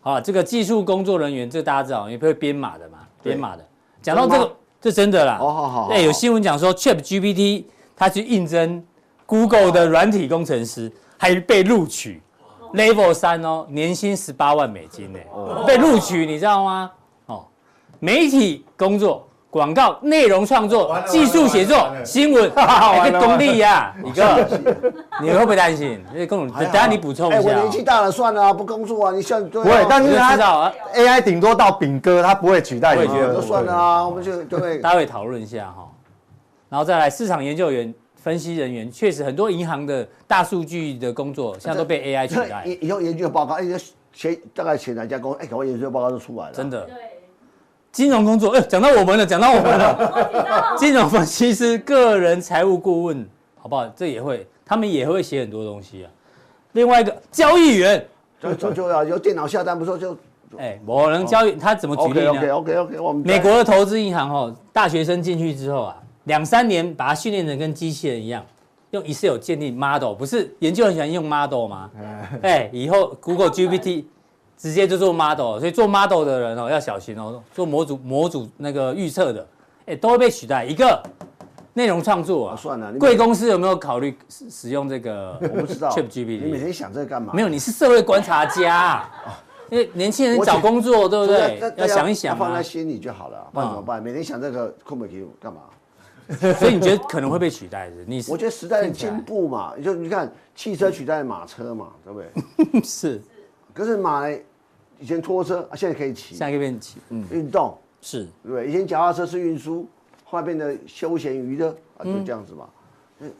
啊，这个技术工作人员，这大家知道，因为会编码的嘛，对编码的。讲到这个，这真的啦。哦好好好对，有新闻讲说，Chat GPT 他去应征 Google 的软体工程师，还被录取，Level 三哦，年薪十八万美金呢，哦被录取，你知道吗？哦，媒体工作、广告、内容创作完、了技术写作完了 <laughs> 完、了新闻，哎，这功力呀，你哥。你会不会担心？ <laughs> 那跟我还好等下你补充哎，一我下年纪哦。大了，算了啊，不工作啊，你像不不会，但我就是知他道啊，哎 AI 顶多到饼哥，他不会取代我你也觉得都。哥算了啊，我们就就会大家会讨论一下哈。然后再来，市场研究员、分析人员，确实很多银行的大数据的工作，现在都被 AI 取代，以以后研究报告，哎，写大概写哪家公司，哎，搞完研究报告就出来了。真的。对，金融工作，哎，讲到我们了，讲到我们 <laughs> 了。我紧张哦 <laughs> 金融分析师、个人财务顾问，好不好？这也会，他们也会写很多东西啊。另外一个交易员，就就就要有电脑下单，不是就哎，某人交易，他怎么举 OK 例 OK 呢？ OK OK，我们美国的投资银行哦，大学生进去之后啊，两三年把它训练成跟机器人一样，用 Excel 建立 model，不是研究很喜欢用 model 吗？哎，以后 Google GPT 直接就做 model，所以做 model 的人哦要小心哦，做模组模组那个预测的，哎都会被取代。一个内容创作啊，啊算了，你贵公司有没有考虑使使用这个我不知道 ChatGPT？你每天想这个干嘛？没有，你是社会观察家啊、因为年轻人哦我找只工作对不对那？那要想一想放啊在。心里就好了，不然怎么办？每天想这个困不困干嘛？ <laughs> 所以你觉得可能会被取代的？你是我觉得时代的进步嘛，就你看汽车取代马车嘛，对不对？是可是马来以前拖车，啊现在可以骑下一个变起，嗯，运动，是对不对？以前脚踏车是运输，后来变得休闲娱乐啊，就这样子嘛。嗯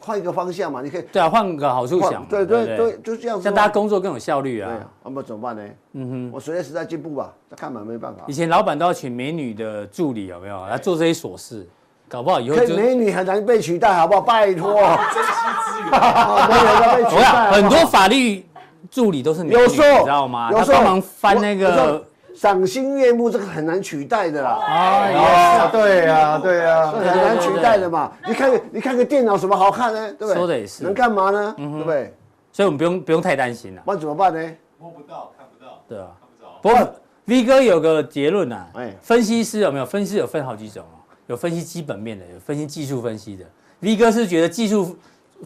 换一个方向嘛，你可以对啊，换个好处换想嘛，对对对不对，，就是这样子嘛。像大家工作更有效率对啊啊。，那么怎么办呢？嗯哼，我随着时代进步吧，那看嘛没办法以。前老板都要请美女的助理，有没有来做这些琐事？搞不好以后可就以美女很难被取代，好不好？拜 <laughs> 托，珍惜资源，啊美女很难被取我代想。好很不好多法律助理都是美女，有你时候知道吗？有他时候帮忙翻那有时候个，赏心悦目，这个很难取代的啦，哎呀，哦，对呀，对啊啊呀这。很难取代的嘛。你看，你看个电脑什么好看呢？对不对？说得也是嗯能干嘛呢？对不对？所以我们不用不用太担心了，啊不然怎么办呢？摸不到，看不到，对啊。看不着。不过 V 哥有个结论啊，哎分析师有没有？分析师有分好几种哦，有分析基本面的，有分析技术分析的。V 哥是觉得技术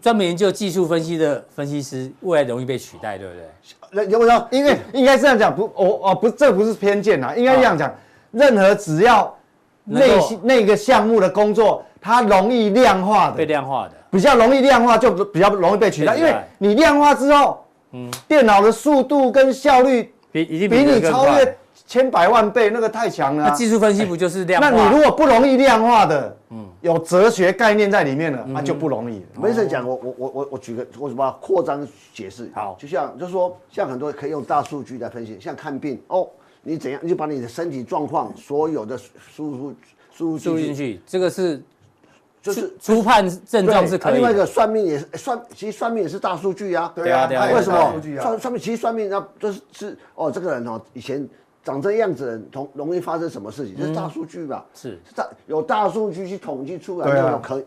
专门研究技术分析的分析师未来容易被取代，对不对？那有没有？因为应该这样讲，不，我哦不，这不是偏见啦，应该这样讲，任何只要啊能够那些那个项目的工作，它容易量化被的，量化的，比较容易量化，就比较容易被取代，被因取代为你量化之后，电脑的速度跟效率比一定比人你更超快越。千百万倍，那个太强了那啊。技术分析不就是量化？哎嗯那你如果不容易量化的，有哲学概念在里面了，那就不容易哦了。没事讲，我我我我我举个，我什么扩张解释？好就像就是说，像很多可以用大数据来分析，像看病哦，你怎样，你就把你的身体状况所有的输入输入输进进去，去，这个是就是初判症状对是啊可以另外一的。个算命也是哎算，其实算命也是大数据啊。对啊对啊它也为是什大么数据啊算算命？其实算命那就是是哦，这个人哦，以前长这样子的人，同容易发生什么事嗯情？这是大数据嘛？是大有大数据去统计出来，对啊那种可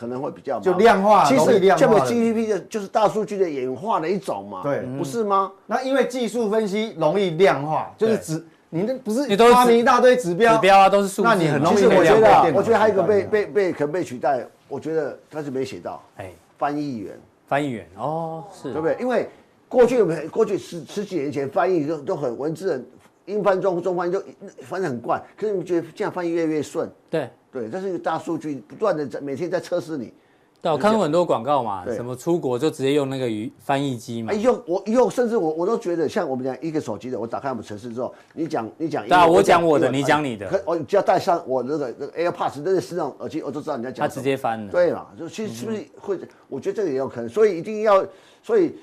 可能会比较忙就量化其容易实量化这个的 GDP 的就是大数据的演化的一种嘛，对不是吗？那因为技术分析容易量化，就是对指你那不是你都是发明一大堆指标，指标啊都是数字嘛，那你很容其易实被我觉量得化啊电，脑我觉得还有一个取代被的被被可能被取代，我觉得他是没写到哎，翻译员。翻译员哦，是对不对？因为过去我们过去十十几年前翻译都都很文字很英翻中中翻就翻得很怪，可是你们觉得这样翻译越来越顺，对对，这是一个大数据不断的在每天在测试你，对，我看过很多广告嘛，对什么出国就直接用那个语翻译机嘛哎，。用我用，甚至我我都觉得，像我们讲一个手机的，我打开我们城市之后，你讲你讲英文，对啊我讲我的英文你讲你的可我只要带上我那个那个 AirPods 那个是那种耳机，我都知道你在讲他直什么。接嗯翻了。对嘛？就其实是不是会？我觉得这个也有可能，所以一定要，所以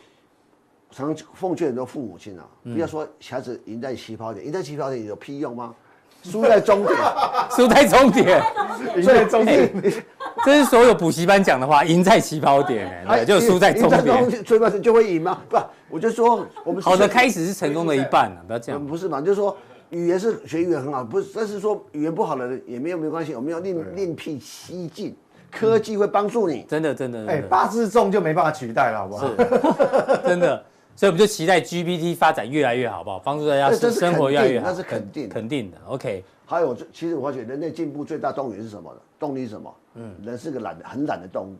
常常奉劝很多父母亲啊，不嗯要说小孩子赢在起跑点，赢在起跑点有屁用吗？输在终 <laughs> 点，输在终 <laughs> 点， <laughs> 赢在终哎点，这是所有补习班讲的话，赢在起跑点，哎，哎对就输在终 <laughs> 赢在终点。点，所以嘛就会赢吗？不，我就说我们好的开始是成功的一半啊，不要这呃样。不是嘛？就是说语言是学语言很好，不是，但是说语言不好的人也没有没关系，我们要另另辟蹊径，科技会帮助你。真的，真的，哎，真的，八字重就没办法取代了，好不好？真的。所以我们就期待 GPT 发展越来越好，好不好？帮助大家这这是生活越来越好，肯定那是肯定的肯定的。OK，还有，这其实我发觉人类进步最大动力是什么呢？动力是什么？嗯，人是个懒的，很懒的动物。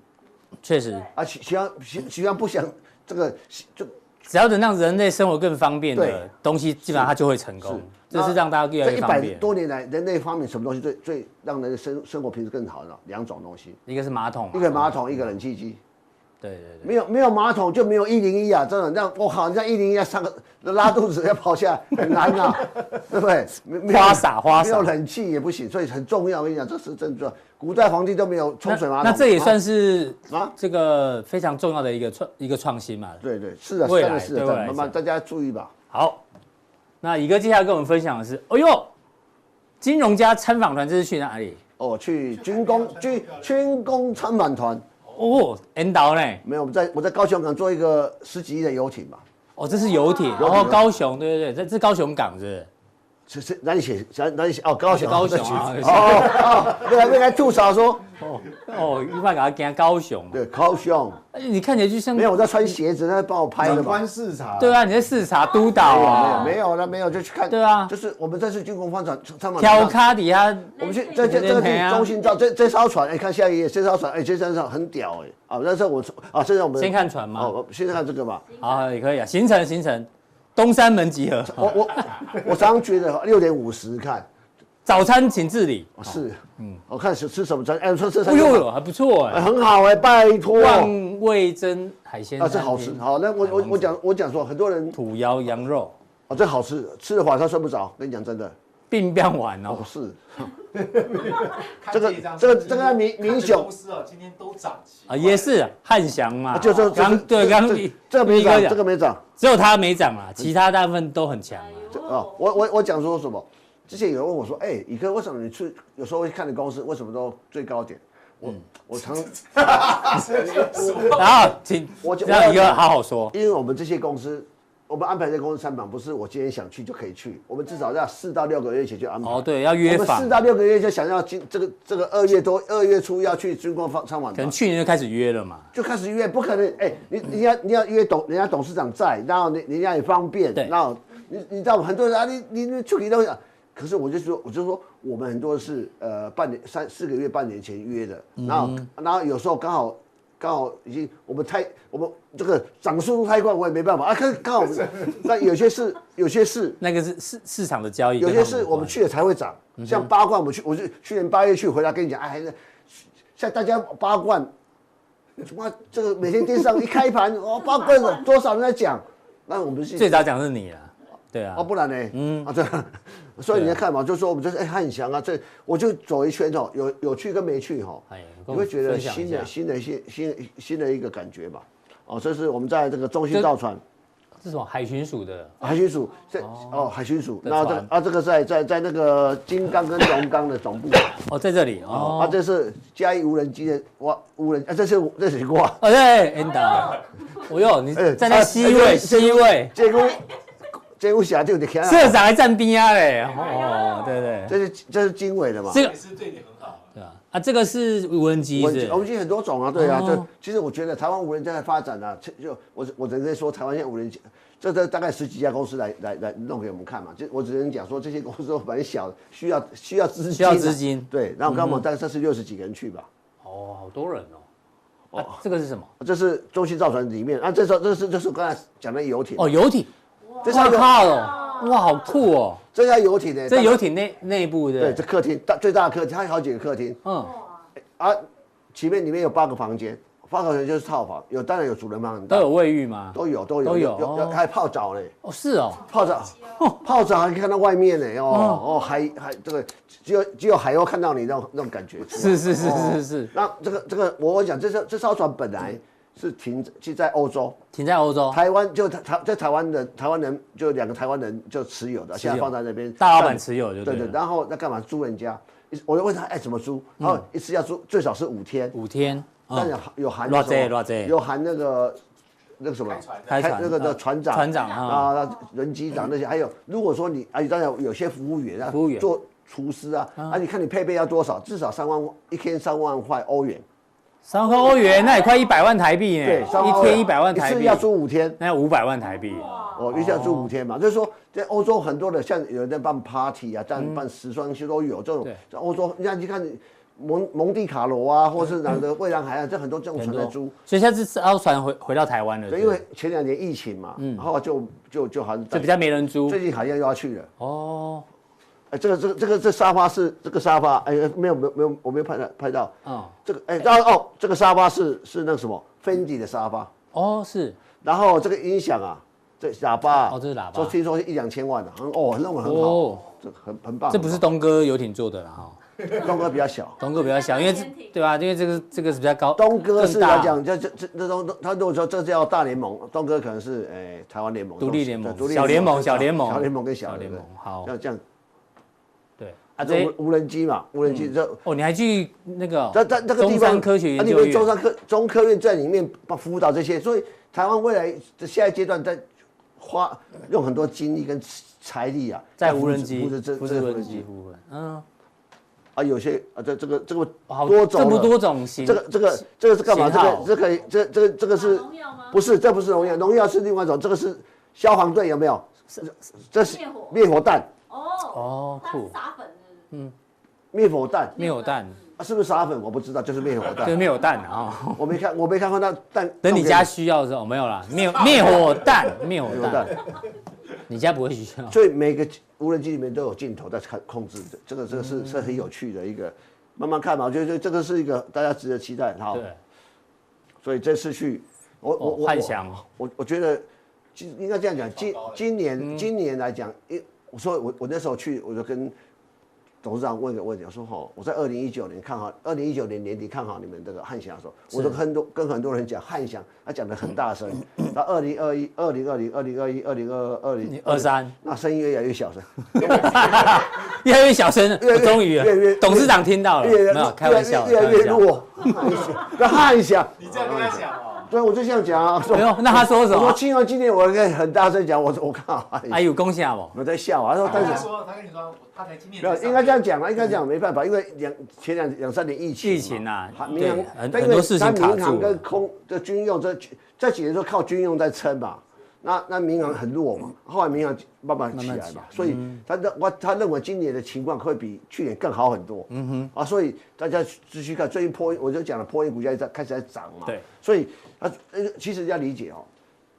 确实，啊，徐徐安徐徐安不想这个就只要能让人类生活更方便的对东西，基本上它就会成功。是这是让大家越来这越一方百便。多年来，人类发明什么东西最最让人的生生活品质更好呢？两种东西，一个是马桶嘛，一个马桶，一个冷气机。对对对，没有没有马桶就没有一零一啊！真的，让我靠，人家一零一要上个拉肚子要跑下 <laughs> 来很难啊，对不对？没没有花洒花洒没有冷气也不行，所以很重要。我跟你讲，这是真重要。古代皇帝都没有冲水马桶，那那这也啊算是啊这个非常重要的一个创一个创新嘛。对对是啊，未是来啊是对啊，未来慢慢大家注意吧。好，那乙哥接下来跟我们分享的是，哎呦，金融家参访团这是去哪里？哦，去军工军军工参访团，哦，N 岛呢？没有，我在我在高雄港做一个十几亿的游艇嘛，哦，这是游艇，然后高雄，对对对，这这是高雄港是不是？是是哪里写哪哪里写哦高雄高雄啊 <laughs> 对不起哦哦，未来未来吐槽说哦，一般给他讲高雄嘛，对高雄哎你看起来就像没有我在穿鞋子，他帮我拍的长嘛，官视察，对啊，你在视察督导啊没有没有，哎没有了没有就去看对啊就是我们这次军工方展参访挑，卡底下，我们去这这这个对地啊中心照这这艘船哎看下一页这艘船哎这艘船很屌哎啊那时候我啊现在我们先看船嘛哦我先看这个吧，好，也可以啊，行程行程，东山门集合，我我我常常觉得哦六点五十看。早餐请自理，是，嗯，我看是吃什么餐，哎，说吃什哎么餐，呦，还不错哎哎，很好哎，拜托，啊，万味珍海鲜这餐好吃，厅好，那我我我讲我讲说，很多人土窑羊肉哦，这好吃，吃了晚上睡不着，跟你讲真的，并不碗哦哦，是，看这个一张这个今天这个明看这明雄公司哦，今天都涨起啊，也是啊汉翔嘛，啊就这刚对这刚这一这个没一哥涨，讲这个嗯没涨，只有它没涨啦，其他大部分都很强 <laughs> 啊。这啊，我我我讲说什么？之前有人问我说，哎，宇哥，为什么你去有时候会看你公司为什么都最高点？嗯我我常，然后请我就让一个我要好好说，因为我们这些公司。我们安排这公司参访，不是我今天想去就可以去，我们至少要四到六个月前就安排。哦对，要约我们访四，到六个月就想要今这个这个二月多二月初要去军工方参访可团能，去年就开始约了嘛。就开始约，不可能哎、你你要你要约董人家董事长在，然后你人家也方便，对然后你你知道很多人啊，你你你去你都想，啊可是我就说我就说我们很多是呃半年三四个月半年前约的，然后、然后有时候刚好。刚好已经我们太我们这个涨速度太快，我也没办法啊。可是刚好，那有些事有些事那个是市市场的交易，有跟他些们是无我们关嗯去了才会涨，像八冠，我们去，我就去年八月去回来跟你讲，哎，那像大家八冠，哇，这个每天电视上一开盘，哦， <laughs> 八冠了多少人在讲，那我们是最早讲的是你啊，对啊哦，，不然呢？嗯啊，对，所以你要看嘛，就说我们就是哎汉翔啊，这我就走一圈哦，有有去跟没去哈、哎跟你我们会觉得分享一新下的新的新新新的一个感觉吧。哦，这是我们在这个中心造船。这是什么海巡署的海巡署在哦，海巡署，在然后这个船啊，这个在在在那个金刚 <laughs> 跟龙岗的总部，哦，在这里哦，哦啊，，这是嘉义无人机的哇，无人啊，这是这是哇，哦对，Enda，我哟，你哎站 <laughs> 在啊西哎位这西位，这个这个侠就得看社长还站边啊嘞，哦对对，啊这是这是经纬的嘛，这来，个也是对你很好。对啊啊，这个是无人机无人是机我们机很多种啊，对啊，哦这其实我觉得台湾无人机在发展啊，这就我我只能说台湾现在无人机。这这大概十几家公司来来来弄给我们看嘛，就我只能讲说这些公司都蛮小的，需要需要资金啊、需要资金对，然嗯后刚好我们大概这是六十几个人去吧，哦，好多人哦，啊这个是什么？这是中信造船里面啊，这艘这是这是我刚才讲的游艇哦，游艇，这哇艘游靠哦，哇，好酷哦！这家游艇呢，这大概游艇内内部对的这，客厅大最大的客厅，它有好几个客厅嗯，啊，前面里面有八个房间，泡泡泉就是套房，有当然有主人房很大都有卫浴吗？都有都有都有有哦还泡澡嘞，哦，是哦，泡澡泡澡还可以看到外面呢哦哦还还这个只有只有海鸥看到你那种那种感觉出来哦是是是是是，那这个这个，我我讲这艘这艘船本来是停是在欧洲，停在欧洲，台湾就台在台湾的台湾人就两个台湾人就持有的，持有现在放在那边，大老板持有就对对对，了，然后那干嘛租人家？一我就问他哎怎么租，然后一次要租最少是五天，五天，但嗯有有含多那少钱什多少么钱有含那个那个什么开开船的船那个的嗯船长船长啊，啊，那人机长那些，还有如果说你，而且当然有些服务员啊，服务员嗯做厨师啊，啊，你看你配备要多少，至少三万一天三万块欧元，三万欧元，那也快一百万台币呢，对，三万一欧元天一百万台一次币，要租五天，那要五百万台币，哦，一下住五天嘛，就是说在欧洲很多的像有人在办 party 啊，这样办时装秀都有这种对，在欧洲你看你看蒙蒙地卡罗啊，或是哪个蔚蓝海岸，这很多这种很船在多租。，所以下次艘船回回到台湾了，对，是因不是为前两年疫情嘛，然后就就就好像嗯就比较没人租最，近好像又要去了。哦，哎，这个这个这个这沙发是这个沙发，哎，没有没有没有，我没有拍到拍到。嗯，这个哎，然后哦，这个沙发是是那个什么 Fendi 的沙发，哦是，然后这个音响啊，这喇叭啊哦这是喇叭说听说一两千万的，很哦，弄得很好哦，这很很棒。啊这不是东哥游艇做的啦哈。东哥比较小，东哥比较小，因为这对吧？因为这个这个是比较高，东哥是更大来讲，这这这这东他如果说这叫大联盟，东哥可能是哎台湾联盟、独立联盟对独立小联盟小联盟小联盟跟小小联盟对好像这样对啊啊，这这无无人机嘛，无人机这哦，你还去那个哦这这这个地中方山科学啊研你究们院中山科中科院在里面帮辅导这些，所以台湾未来的下一阶段在花用很多精力跟财力啊，在无人机扶持这不这是个无无人人机机部分，嗯，啊，有些啊这这个这个哦好多这种么了多种型，这个这个这个是干嘛？型号这个这个这这个这个是打农药吗不是？这不是农药，农药是另外一种，这个是消防队有没有？这是灭火灭火弹，哦哦它酷是撒粉的，灭火弹没有蛋，啊是不是撒粉？我不知道，就是灭火对，弹。没有蛋啊。我没看，我没看过那弹。 <laughs> 等你家需要的时候，哦没有啦，灭灭火弹，灭火灭火弹弹，，你家不会需要。所以每个无人机里面都有镜头在看控制的，这个这个是是很有趣的一个，慢慢看嘛，我觉得这个是一个大家值得期待哈。对，所以这次去，我我哦我幻想我我觉得，今应该这样讲，今今嗯年今年来讲，因我说我我那时候去，我就跟董事长问个问题，我说哈，我在二零一九年看好，二零一九年年底看好你们这个汉翔的时候，我就跟很多跟很多人讲汉翔，他讲的很大声，到二零二一、二零二零、二零二一、二零二二、二零二三那声音越来越小声，越来越小声了，越我终于了越越董事长听到了， <laughs> 越来啊没越有开玩笑，越来越越来越开玩笑弱，那汉翔，你这样跟他讲哦，对，我就这样讲啊，哎呦，那他说什我说么？庆荣今年我可以很大声讲，我说我看好汉翔哎。呦，恭喜啊我，我在笑啊，他说他但跟你是说，他跟你说，他才今年没有才上应该这样讲啊，应该这样没办法，因为两前两两三年疫情嘛，疫情啊还对民航很但因很为多事情它卡住了民航跟空这军用这这几年都靠军用在撑嘛。那那民航很弱嘛，后来民航慢慢起来慢慢起嘛来，嗯所以他认我他认为今年的情况会比去年更好很多，嗯哼，啊，所以大家继续看，最近波音我就讲了，波音股价在开始在涨嘛，对，所以啊，呃其实要理解哦，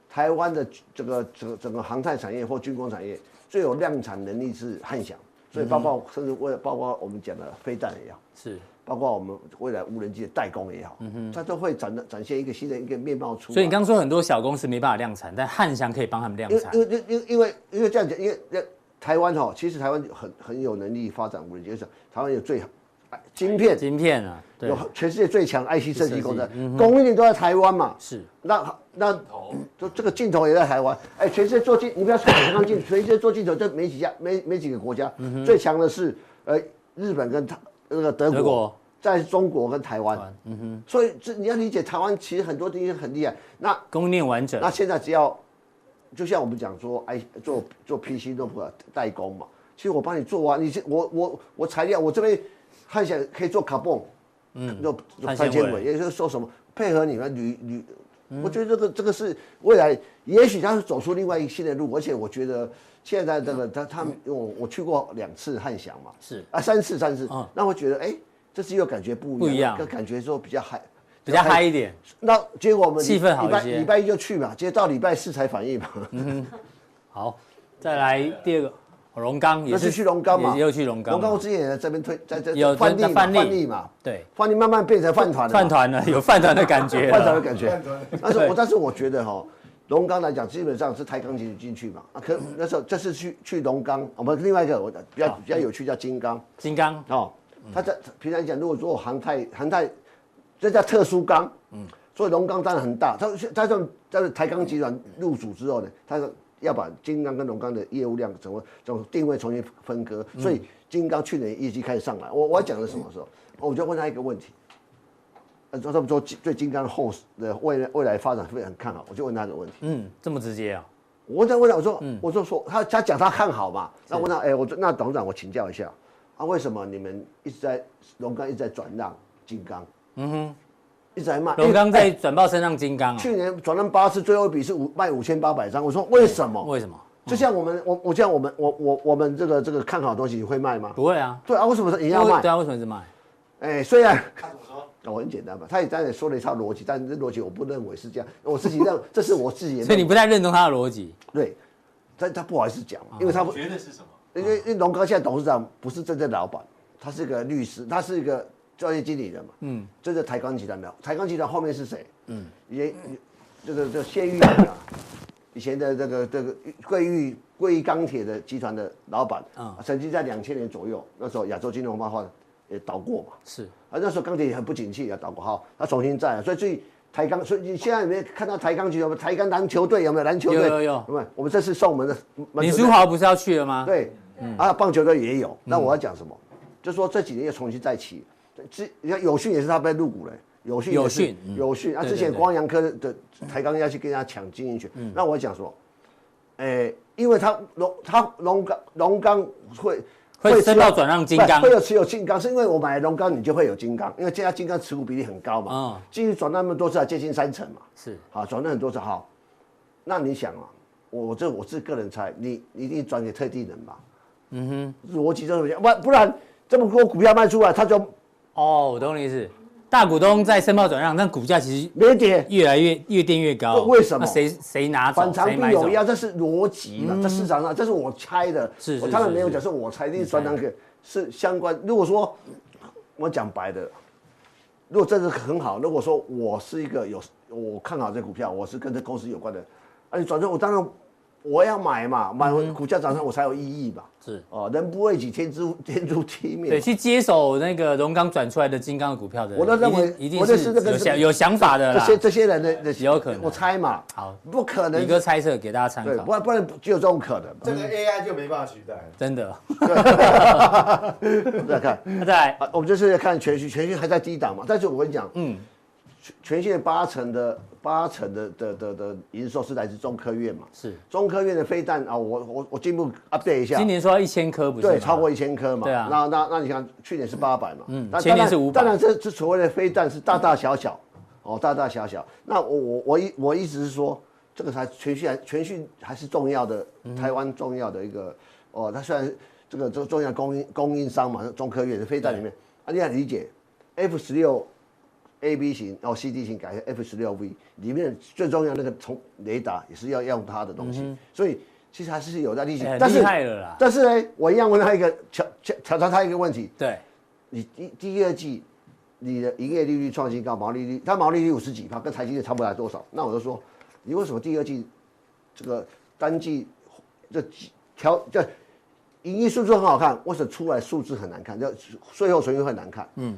台湾的这个整个整个航太产业或军工产业最有量产能力是汉翔，所以包嗯括甚至为了包括我们讲的飞弹也好，是，包括我们未来无人机的代工也好，它都会展展现一个新的一个面貌出嗯来。所以你刚说很多小公司没办法量产，但汉翔可以帮他们量因为产，因为因为因为因为这样讲，因为因为台湾哈，其实台湾很很有能力发展无人机，就是台湾有最哎晶片晶片啊，对有，全世界最强 IC 设计公司，嗯供应链都在台湾嘛，是。那那头，就这个镜头也在台湾，哎，全世界做镜，你不要看我刚 <coughs> 镜，全世界做镜头这没几家，没没几个国家，嗯最强的是呃日本跟台那个德德国国，在中国跟台湾，嗯哼，所以这你要理解台湾其实很多东西很厉害。那供应链完整那，现在只要，就像我们讲说，哎，做做 PC 做代工嘛，其实我帮你做完，你这我我我材料我这边汉翔可以做卡泵，嗯，做碳碳纤纤维，维也就是说什么配合你们铝铝。我觉得这个这个是未来，也许他是走出另外一个新的路，而且我觉得现在这个他他们我我去过两次汉翔嘛，是啊三次三次嗯，那我觉得哎，这次又感觉不一样，不一样感觉说比较嗨，比较嗨一点，那结果我们气氛好礼拜一些嗯礼拜一就去嘛，结果到礼拜四才反应嘛。好，再来第二个，龙岗也那是是去龙岗嘛也又去龙岗龙嘛，岗我之前也在这边推，在在有范例嘛那范例范例嘛，对，范例慢慢变成饭团了嘛，饭团了，有饭团的感觉了， <laughs> 饭团的感觉。但是对我但是我觉得哈，龙岗来讲基本上是抬钢琴进去嘛，啊，可那时候这次去去龙岗，我们另外一个我比较比较有趣叫金刚金刚哦，他在平常讲如果做航太航太，这叫特殊钢，嗯，所以龙岗当然很大，他他从在台钢集团入主之后呢，他要把金刚跟龙岗的业务量怎么怎么定位重新分割，所以金刚去年业绩开始上来，我我要讲的是什么时候？哦我就问他一个问题，呃，他们说金对金刚后的未来未来发展会很看好，我就问他一个问题。嗯，这么直接啊，我在问他，我说，嗯我就说他他讲他看好嘛，那我问他，哎、我说那董事长我请教一下，啊，为什么你们一直在龙岗一直在转让金刚，嗯哼，一直 <laughs> 在卖？龙因岗为在哎转报身上金刚啊，去年转让八次，最后一笔是五卖五千八百张，我说为什么？为什么就像我们我我像我们我我我们这个这个看好的东西你会卖吗？不会啊？对啊，为什么是一样对卖？啊，为什么是卖？哎、虽然。他怎么说？我、很简单嘛，他也当然说了一套逻辑，但是这逻辑我不认为是这样，我自己认，这是我自己的。 <laughs> 所以你不太认同他的逻辑，对，但他不好意思讲，啊因为他不觉得是什么？因为因为龙哥现在董事长不是真正老板，他是个律师，他是一个专业经理人嘛。嗯，这是台钢集团的。台钢集团后面是谁？嗯，也这个这谢玉兰啊，以前的这个这个桂玉桂玉钢铁的集团的老板，嗯啊，曾经在两千年左右，那时候亚洲金融爆发也倒过嘛。是啊，那时候钢铁也很不景气啊，倒过好，他重新再来，所以所以台钢，所以你现在有没有看到台钢集团？有没有台钢篮球队有没有篮球队？有有有没有？我们这次送我们的李书豪不是要去了吗？对，嗯啊，棒球队也有。那我要讲什么？就说这几年又重新再起，之你看有讯也是他被入股了，有讯有也是讯嗯有讯啊，对之对前对嗯光阳科的台钢要去跟人家抢经营权，那我讲说，哎，因为他龙他龙钢龙钢会。会申持有报转让金刚不会有持有金刚，是因为我买龙钢，你就会有金刚，因为这家金刚持股比例很高嘛哦，继续转那么多次，接近三成嘛。是好，转了很多次好。那你想啊，我这我是个人猜，你你一定转给特定人吧？嗯哼，逻辑就是这样，不不然这么多股票卖出来，他就哦，我懂你意思。大股东在申报转让，但股价其实没跌。越来越越垫越高，为什么那谁谁拿反走，常谁必买走嗯有？妖，这是逻辑嘛？这市场上这是我猜的，是是我当然是没有是嗯讲是我猜，一定转让给是相关。如果说我讲白的，如果真的很好，如果说我是一个有我看好这股票，我是跟这公司有关的，啊，你转正我当然我要买嘛，买嗯回股价涨上我才有意义嘛。是哦，人不为己，天诛天诛地灭。对，去接手那个荣刚转出来的金刚的股票的人，我都认为一定一我定认是识这个有是想有想法的这啦。些这些人的的有可能我猜嘛。好，不可能李。哥猜测给大家参对，不考，然不然只有这种可能嘛。这个 AI 就没办法取代了。真的。 <laughs> 再看，那再来，啊，我们这次在看全息，全息还在低档嘛。但是我跟你讲，嗯，全全息的八成的八成的的的的营收是来自中科院嘛。是中科院的飞弹啊，我我我进一步 update 一下。今年说要一千颗，不是吗？对，超过一千颗嘛。对啊那那那你看，去年是八百嘛。嗯前年是500当然，这这所谓的飞弹是大大小小，哦，大大小小。那我我我一我意思是说，这个才全讯还全讯还是重要的，嗯台湾重要的一个哦，它虽然这个重重要供应供应商嘛，中科院的飞弹里面，啊，你要理解 F 十六。A B 型哦，C D 型改成 F 十六 V 里面最重要那个从雷达也是要用它的东西，所以其实还是有在力气嗯哎，但厉是害了啦。但是呢，我一样问他一个挑挑挑战他一个问题：对，你第第二季你的营业利率创新高，毛利率它毛利率五十几趴，跟台积电差不了多少。那我就说，你为什么第二季这个单季这几调这营业数字很好看，为什么出来数字很难看？就税后存益会很难看。嗯，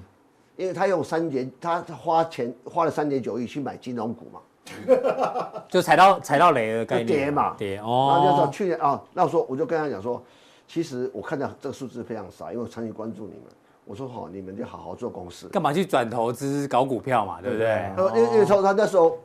因为他用三点，他他花钱花了三点九亿去买金融股嘛。就踩到踩到雷的概念，就跌嘛跌然后就哦说。去年啊、那我说我就跟他讲说，其实我看到这个数字非常少，因为我长期关注你们。我说哦好、你们就好好做公司。干嘛去转投资搞股票嘛，对哦不对？呃，因为因为说他那时候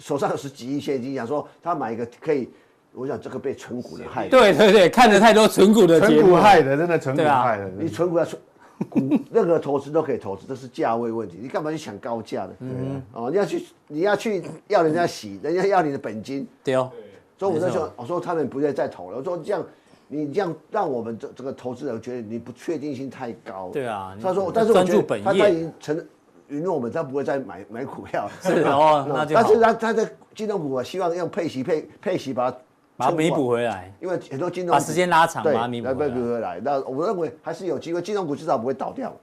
手上有十几亿现金，想说他买一个可以，我想这个被存股人害的。对对对，看了太多纯股的纯节股目，害的，真的纯股嗯对啊害的。你存股要存股，任何投资都可以投资，这是价位问题。你干嘛去抢高价呢？嗯，哦，你要去你要去要人家洗，人家要你的本金。对哦， <laughs> 所以我那没时错候我说他们不愿意再投了，我说这样你这样让我们这这个投资人觉得你不确定性太高。对啊他你说，但是我专觉注得本他业他已经承允诺我们，他不会再买买股票。嗯是哦那就好 <laughs> 啊但是他他在金融股，我希望用配息配配息把它把它弥补回来，因为很多金融把股时间拉长，对把它弥补来回不来。不来。那我认为还是有机会，金融股至少不会倒掉，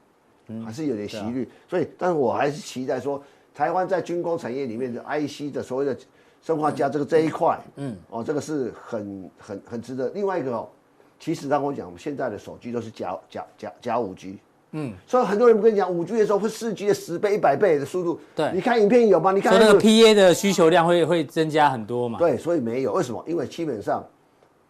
嗯还是有点啊疑虑。所以，但是我还是期待说，台湾在军工产业里面的 IC 的所谓的生化家这个这一块，嗯，哦，这个是很很很值得。另外一个哦，其实他跟我讲，我们现在的手机都是加加加加五 G。嗯，所以很多人不跟你讲，五 G 的时候会四 G 的十倍、一百倍的速度。对你看影片有吗？你看所以那个有 PA 的需求量会会增加很多嘛？对，所以没有。为什么？因为基本上，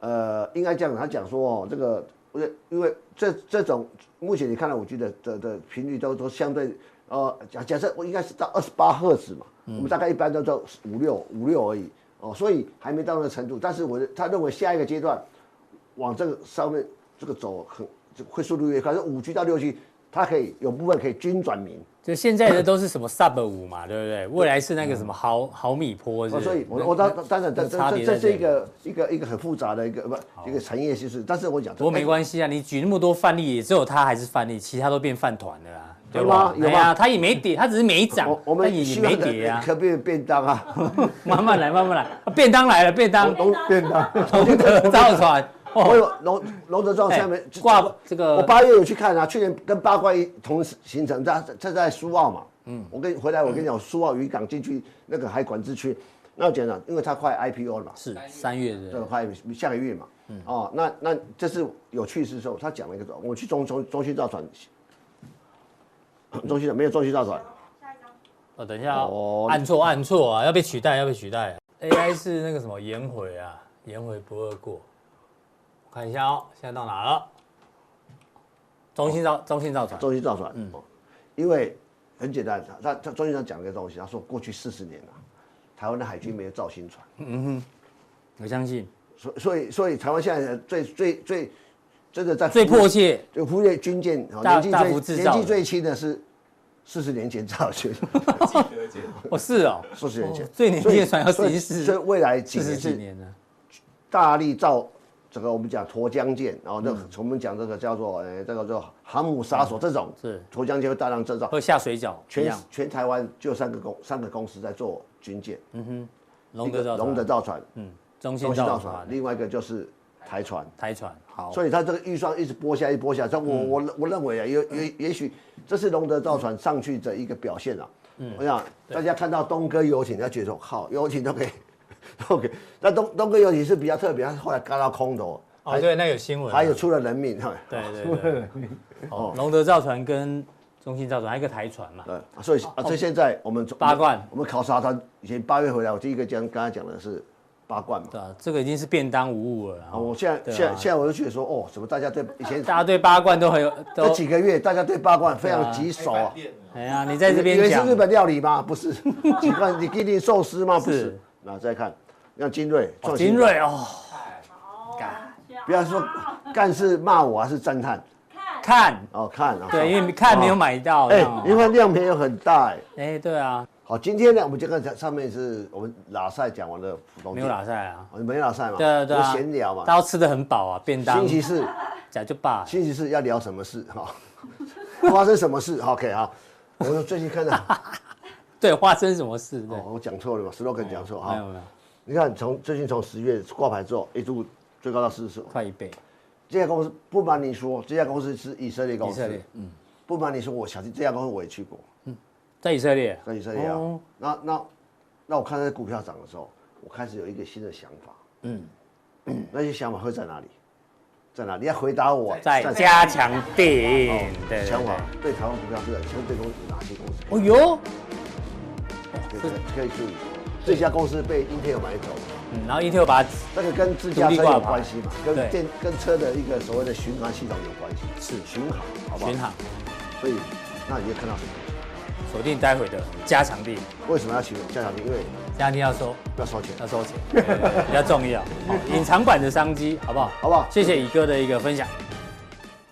呃，应该这样讲，他讲说哦，这个，因为因为这这种目前你看到五 G 的的的频率都都相对，呃，假假设我应该是到二十八赫兹嘛，嗯我们大概一般都到五六五六而已哦，所以还没到那个程度。但是我的他认为下一个阶段往这个上面这个走很这个会速度越快，五 G 到六 G，它可以有部分可以均转民。就现在的都是什么 Sub 五嘛，对不对？未来是那个什么毫毫米波是嗯哦，不是，所以我我那当当然，这那差这别这这在是这里一个一个一个很复杂的一个不一个产业趋势，但是我讲，哎不过没系，关系啊，你举那么多范例，也只有他还是范例，其他都变饭团了啦，对有吗吧？有吗哎呀，他也没跌，他只是没涨我，我但也们也希没望跌的啊，可不可以便 <laughs> 当啊？慢慢来，慢慢来。啊便当来了，便当，变大，龙德造船，我哦，有龙龙德庄下面哎挂这个我八月有去看啊，去年跟八卦一同行程，在在在苏澳嘛，嗯，我跟回来我跟你讲，苏澳渔港进去那个海管制区，那我讲了，因为它快 IPO 了嘛，是嗯三月这的，个快下个月嘛，哦，那那这是有趣是说，他讲了一个，我去中中中心造船， <coughs> 中心的没有中心造船。下一张。哦，等一下哦哦，按错按错啊，要被取代，要被取代。AI 是那个什么颜回啊，颜回不二过。我看一下哦，现在到哪了？中信造中信造船，中心造船，嗯，因为很简单，他他中心上讲了一个东西，他说过去四十年啊，台湾的海军没有造新船，嗯我相信所所以所以台湾现在最最最真的在最迫切就忽略军舰，哦大年纪大幅制最造年纪最轻的是四十年前造 <laughs> 的军，记得见。哦，是哦，四十年前哦最年轻的船要所以十四所以未来几四十年几是年了，大力造这个我们讲沱江舰，然后那嗯个我们讲这个叫做呃这个叫航母杀手这种是沱江舰会大量制造，会下水饺一全样。全台湾就三个公三个公司在做军舰，龙一德个造船，龙德造船，嗯，中信中兴造造船船，，另外一个就是台船。台船，好，嗯所以它这个预算一直拨下，一直拨下。这我我我认为啊，也也也许这是龙德造船上去的一个表现啊。嗯我想大家看到东哥游艇，他觉得说靠，游艇都可以， <laughs> 都可以。那东东哥游艇是比较特别，他后来干到空头，哦，对，那有新闻，还有出了人命。对对对，哦，龙德造船跟中信造船，还有一个台船嘛，对，所以啊，所以现在我们从八冠我们考察他以前八月回来，我第一个讲刚才讲的是八冠嘛。对啊，这个已经是便当无误了啦。啊，我现在对啊现在现在我就觉得说，哦，怎么大家对以前大家对八冠都很有这都，几个月大家对八冠非常棘开手饭啊。店了哎呀，你在这以边为讲是日本料理吗？ <laughs> 不是，你看你给你寿司吗？不是是。那再看，像精锐，哦创新精，锐哦，好，不要说干是骂我还是赞叹看，看，哦，看啊，对，因为你看没有买到，哎这样，因哦为量没有很大哎。哎，对啊，好，今天呢，我们就看上上面是我们拉赛讲完了浦东没有拉，塞啊，哦没拉赛嘛，对啊对我啊，们闲聊嘛。大家都吃的很饱啊，便当哦星期四，假就罢了，星期四要聊什么事哈？ <laughs> 发生什么事？OK 啊，我说最近看到，对，发生什么事？对哦哦，，我讲错了嘛，slogan 讲错没有哈。没有，你看从最近从十月挂牌之后，一度最高到四十，快一倍，这家公司不瞒你说，这家公司是以色列公以色司列，。嗯，不瞒你说，我小弟这家公司我也去过，在以色列，在以色列啊。哦那那那我看那股票涨的时候，我开始有一个新的想法。嗯， <clears throat> 那些想法会在哪里？在哪里？你要回答我。在在哦加强定，哦对对想法对。对台湾股票是相对公司哪些公司？哦哟，可以可以注意。这家公司被 Intel 买走，嗯，然后 Intel 把它那个跟自驾车有关系嘛？独立挂牌跟对电跟车的一个所谓的巡航系统有关系。是巡航，好不好？巡航。所以，那你就看到什么？锁定待会的加强定，为什么要请加强定？因为加强定要收，要收钱，要收钱，对对对比较重要，好隐藏版的商机，好不好？好不好谢谢乙哥的一个分享。